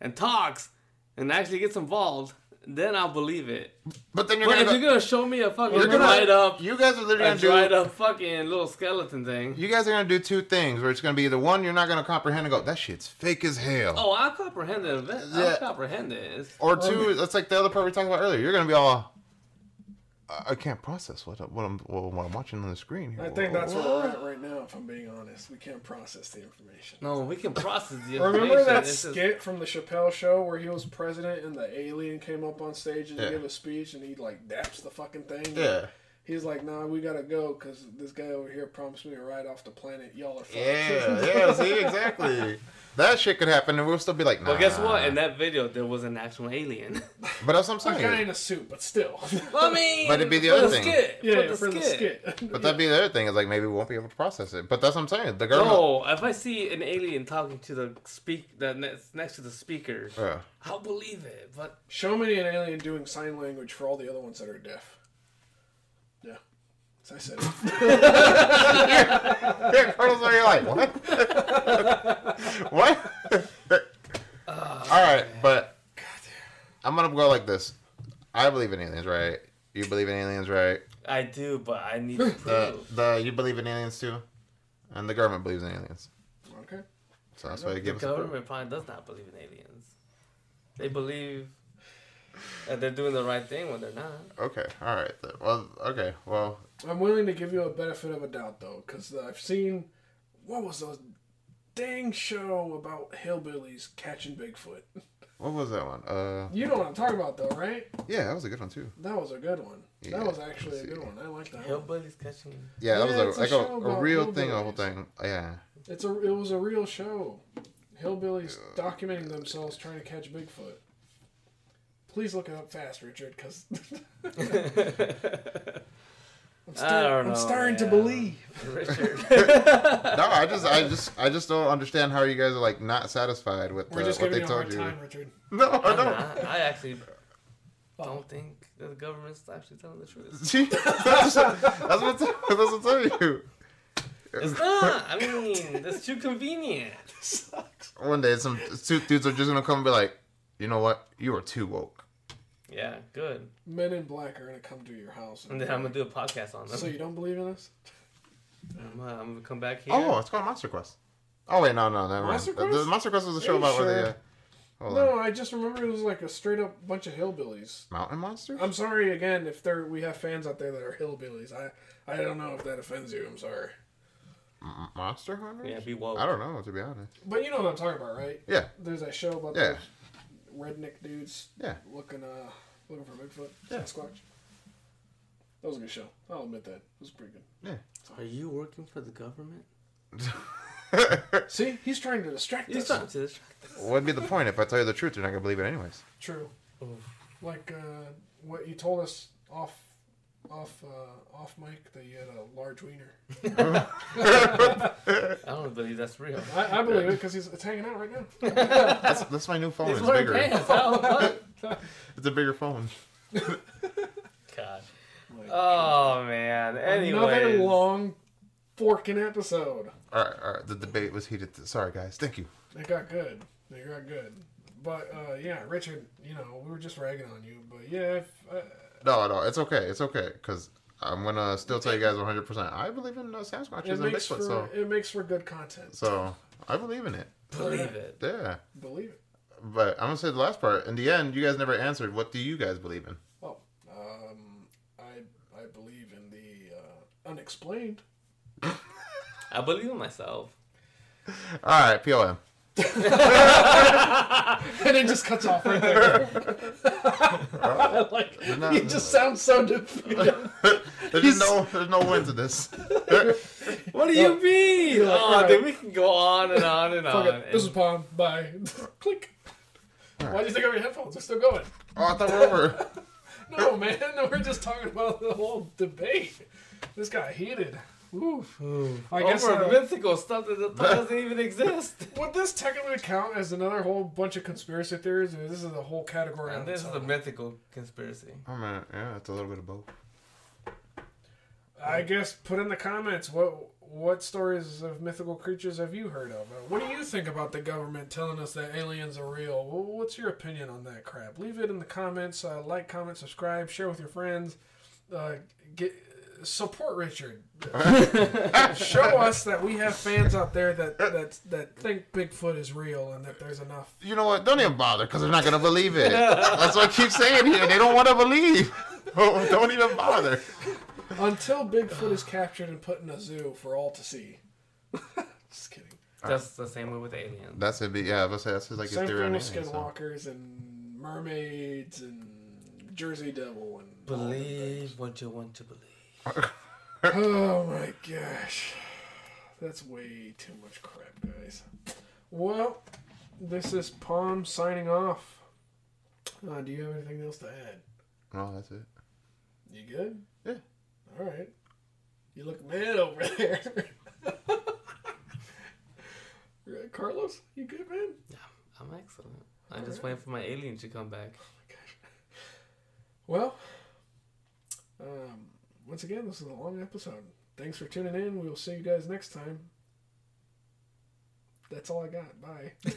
and talks, and actually gets involved, then I'll believe it.
But then you're
But
gonna,
if
go,
you're gonna show me a fucking
you're gonna
dried up,
You guys are
a
literally gonna
dried
do.
up fucking little skeleton thing.
You guys are gonna do two things where it's gonna be either one you're not gonna comprehend and go that shit's fake as hell,
Oh, I comprehend the event. I
Yeah.
comprehend it. It's-
or two that's like the other part we talked about earlier. You're gonna be all. I I can't process what what I'm what I'm watching on the screen here.
I think that's where we're
What?
at right now. If I'm being honest, we can't process the information.
No, we can process the information.
Remember that
It's just-
skit from the Chappelle Show where he was president and the alien came up on stage and
Yeah.
he gave a speech and he like daps the fucking thing.
Yeah.
He's like, "Nah, we gotta go because this guy over here promised me a ride off the planet. Y'all are fucked."
[laughs]
Yeah, yeah, see, exactly. That shit could happen, and we'll still be like, nah.
But guess what? In that video, there was an actual [laughs] alien.
but that's what I'm
A guy in
saying.
a suit, but still. [laughs]
I mean,
But it'd be the
for
other thing.
skit,
yeah,
for the
for
skit.
the skit. [laughs]
But that'd be the other thing is like maybe we won't be able to process it. But that's what I'm saying. The girl.
No, if I see an alien talking to the speak that next, next to the speaker,
Yeah.
I'll believe it. But
Show me an alien doing sign language for all the other ones that are deaf. Yeah. As I said, it.
Yeah, Carlos, are you like what? what?
[laughs]
[laughs] All right,
Oh,
but I'm gonna go like this. I believe in aliens, right? You believe in aliens, right?
I do. But I [laughs] need to prove.
The the you believe in aliens too, and the government believes in aliens.
[laughs] okay.
So that's why they
The
give us.
government probably does not believe in aliens. They believe that they're doing the right thing when they're not.
Okay, all right. then. Well, okay. Well,
I'm willing to give you a benefit of a doubt though, because I've seen what was those dang show about hillbillies catching Bigfoot.
what was that one? Uh,
You know what I'm talking about though, right?
yeah, that was a good one too.
That was a good one.
Yeah,
that was actually a
let's
good
see.
one. I like that. One.
Hillbillies catching.
Yeah, that
Yeah,
was a,
it's a
like
show
a, a
about
real thing, a whole
hillbillies. [laughs]
thing. Yeah.
It's a it was a real show. Hillbillies documenting themselves trying to catch Bigfoot. Please look it up fast, Richard, because [laughs] I'm,
I don't
star- I'm
know,
starting to
man. [laughs]
believe.
Richard.
No, I just, I just, I just don't understand how you guys are like not satisfied with
We're
uh,
just
what
giving
they
you a hard
told you.
time, Richard.
No, I
I'm
don't. [laughs]
not. I actually don't think that the government's actually telling the truth.
See, that's, that's what that's what I'm telling you.
It's not. I mean, that's too convenient.
One day, some two dudes are just gonna come and be like, you know what? You are too woke.
Yeah, good.
Men in black are gonna come to your house.
And
And
then I'm gonna do a podcast on them.
so you don't believe in us?
I'm, gonna, I'm gonna come back here.
Oh, it's called Monster Quest. Oh wait, no, no, never
Monster
mind. The- The
Quest?
Monster Quest was a
Are
show
you
about uh, whether
sure?
yeah. Hold on.
No, I just remember it was like a straight up bunch of hillbillies.
Mountain Monster.
I'm sorry again if there we have fans out there that are hillbillies. I I don't know if that offends you. I'm sorry,
M- Monster Hunter.
Yeah, be woke.
I don't know to be honest.
but you know what I'm talking about, right?
Yeah,
There's that show about
yeah,
those redneck dudes
yeah.
looking uh looking for Bigfoot, Sasquatch. That was a good show. I'll admit that. It was pretty good.
Are you working for the government?
See, he's trying to distract
He's
us.
trying to distract us.
What'd be the point if I tell you the truth? You're not gonna believe it anyways.
True. Like uh, what you told us off off uh, off mic that you had a large wiener.
I don't believe that's real.
I, I believe it because it's hanging out right now. [laughs]
That's, that's my new phone.
He's
It's
wearing
bigger.
pants. How the fuck?
It's a bigger phone.
God. Oh man.
Another
Anyway.
long forking episode.
All right, all right. The debate was heated. Sorry, guys. Thank you.
They got good. They got good. But uh, yeah, Richard, you know, we were just ragging on you, but yeah, if, uh,
No, no, it's okay. It's okay because I'm gonna still tell you guys 100. percent I believe in uh, Sasquatches
it
and
makes
Bigfoot,
for
so
it makes for good content.
so I believe in it.
Believe it.
Yeah,
Believe it.
but I'm gonna say the last part. In the end, you guys never answered. What do you guys believe in?
Oh, um, I I believe in the uh, unexplained. [laughs]
I believe in myself.
All right, POM.
and it just cuts off right there. [laughs] like
not-
he just sounds so defeated.
[laughs]
[laughs]
There's just no, there's no win to this. [laughs]
What do you mean?
like,
oh,
alright.
then we can go on and on and on.
Fuck it. This is
Uh, And-
Palm. Bye. [laughs] Click. Why do you take out your headphones? They're still going.
Oh, I thought we're over.
No, man. [laughs] We're just talking about the whole debate. This got heated. Oof. I guess
over
uh,
mythical stuff [laughs] that doesn't even [laughs] exist.
would this technically count as another whole bunch of conspiracy theories? I mean, this is a whole category. on
this
its
is a
own.
mythical conspiracy.
I mean, yeah, it's a little bit of both.
I guess put in the comments what what stories of mythical creatures have you heard of? Uh, What do you think about the government telling us that aliens are real? Wh- What's your opinion on that crap? Leave it in the comments. Uh, like, comment, subscribe, share with your friends. Uh, get support Richard. Show us that we have fans out there that that that think Bigfoot is real and that there's enough.
You know what? Don't even bother because they're not going to believe
[laughs]
it. That's what I keep saying here. They don't want to believe. [laughs] don't even bother.
Until Bigfoot is captured and put in a zoo for all to see. [laughs] Just kidding.
That's the same way with aliens.
That's it. Yeah, let's say that's his, like his
Same
theory
thing
on
with
anything. So.
skinwalkers and mermaids and Jersey Devil and.
Believe what you want to believe.
Oh my gosh, that's way too much crap, guys. Well, this is Palm signing off. Uh, do you have anything else to add?
No, Oh, that's it.
You good?
Yeah.
All right. You look mad over [laughs] there. Right, Carlos, you good, man?
I'm excellent. I'm just waiting for my alien to come back.
Well, um, once again, this is a long episode. Thanks for tuning in. We will see you guys next time. That's all I got. Bye. [laughs]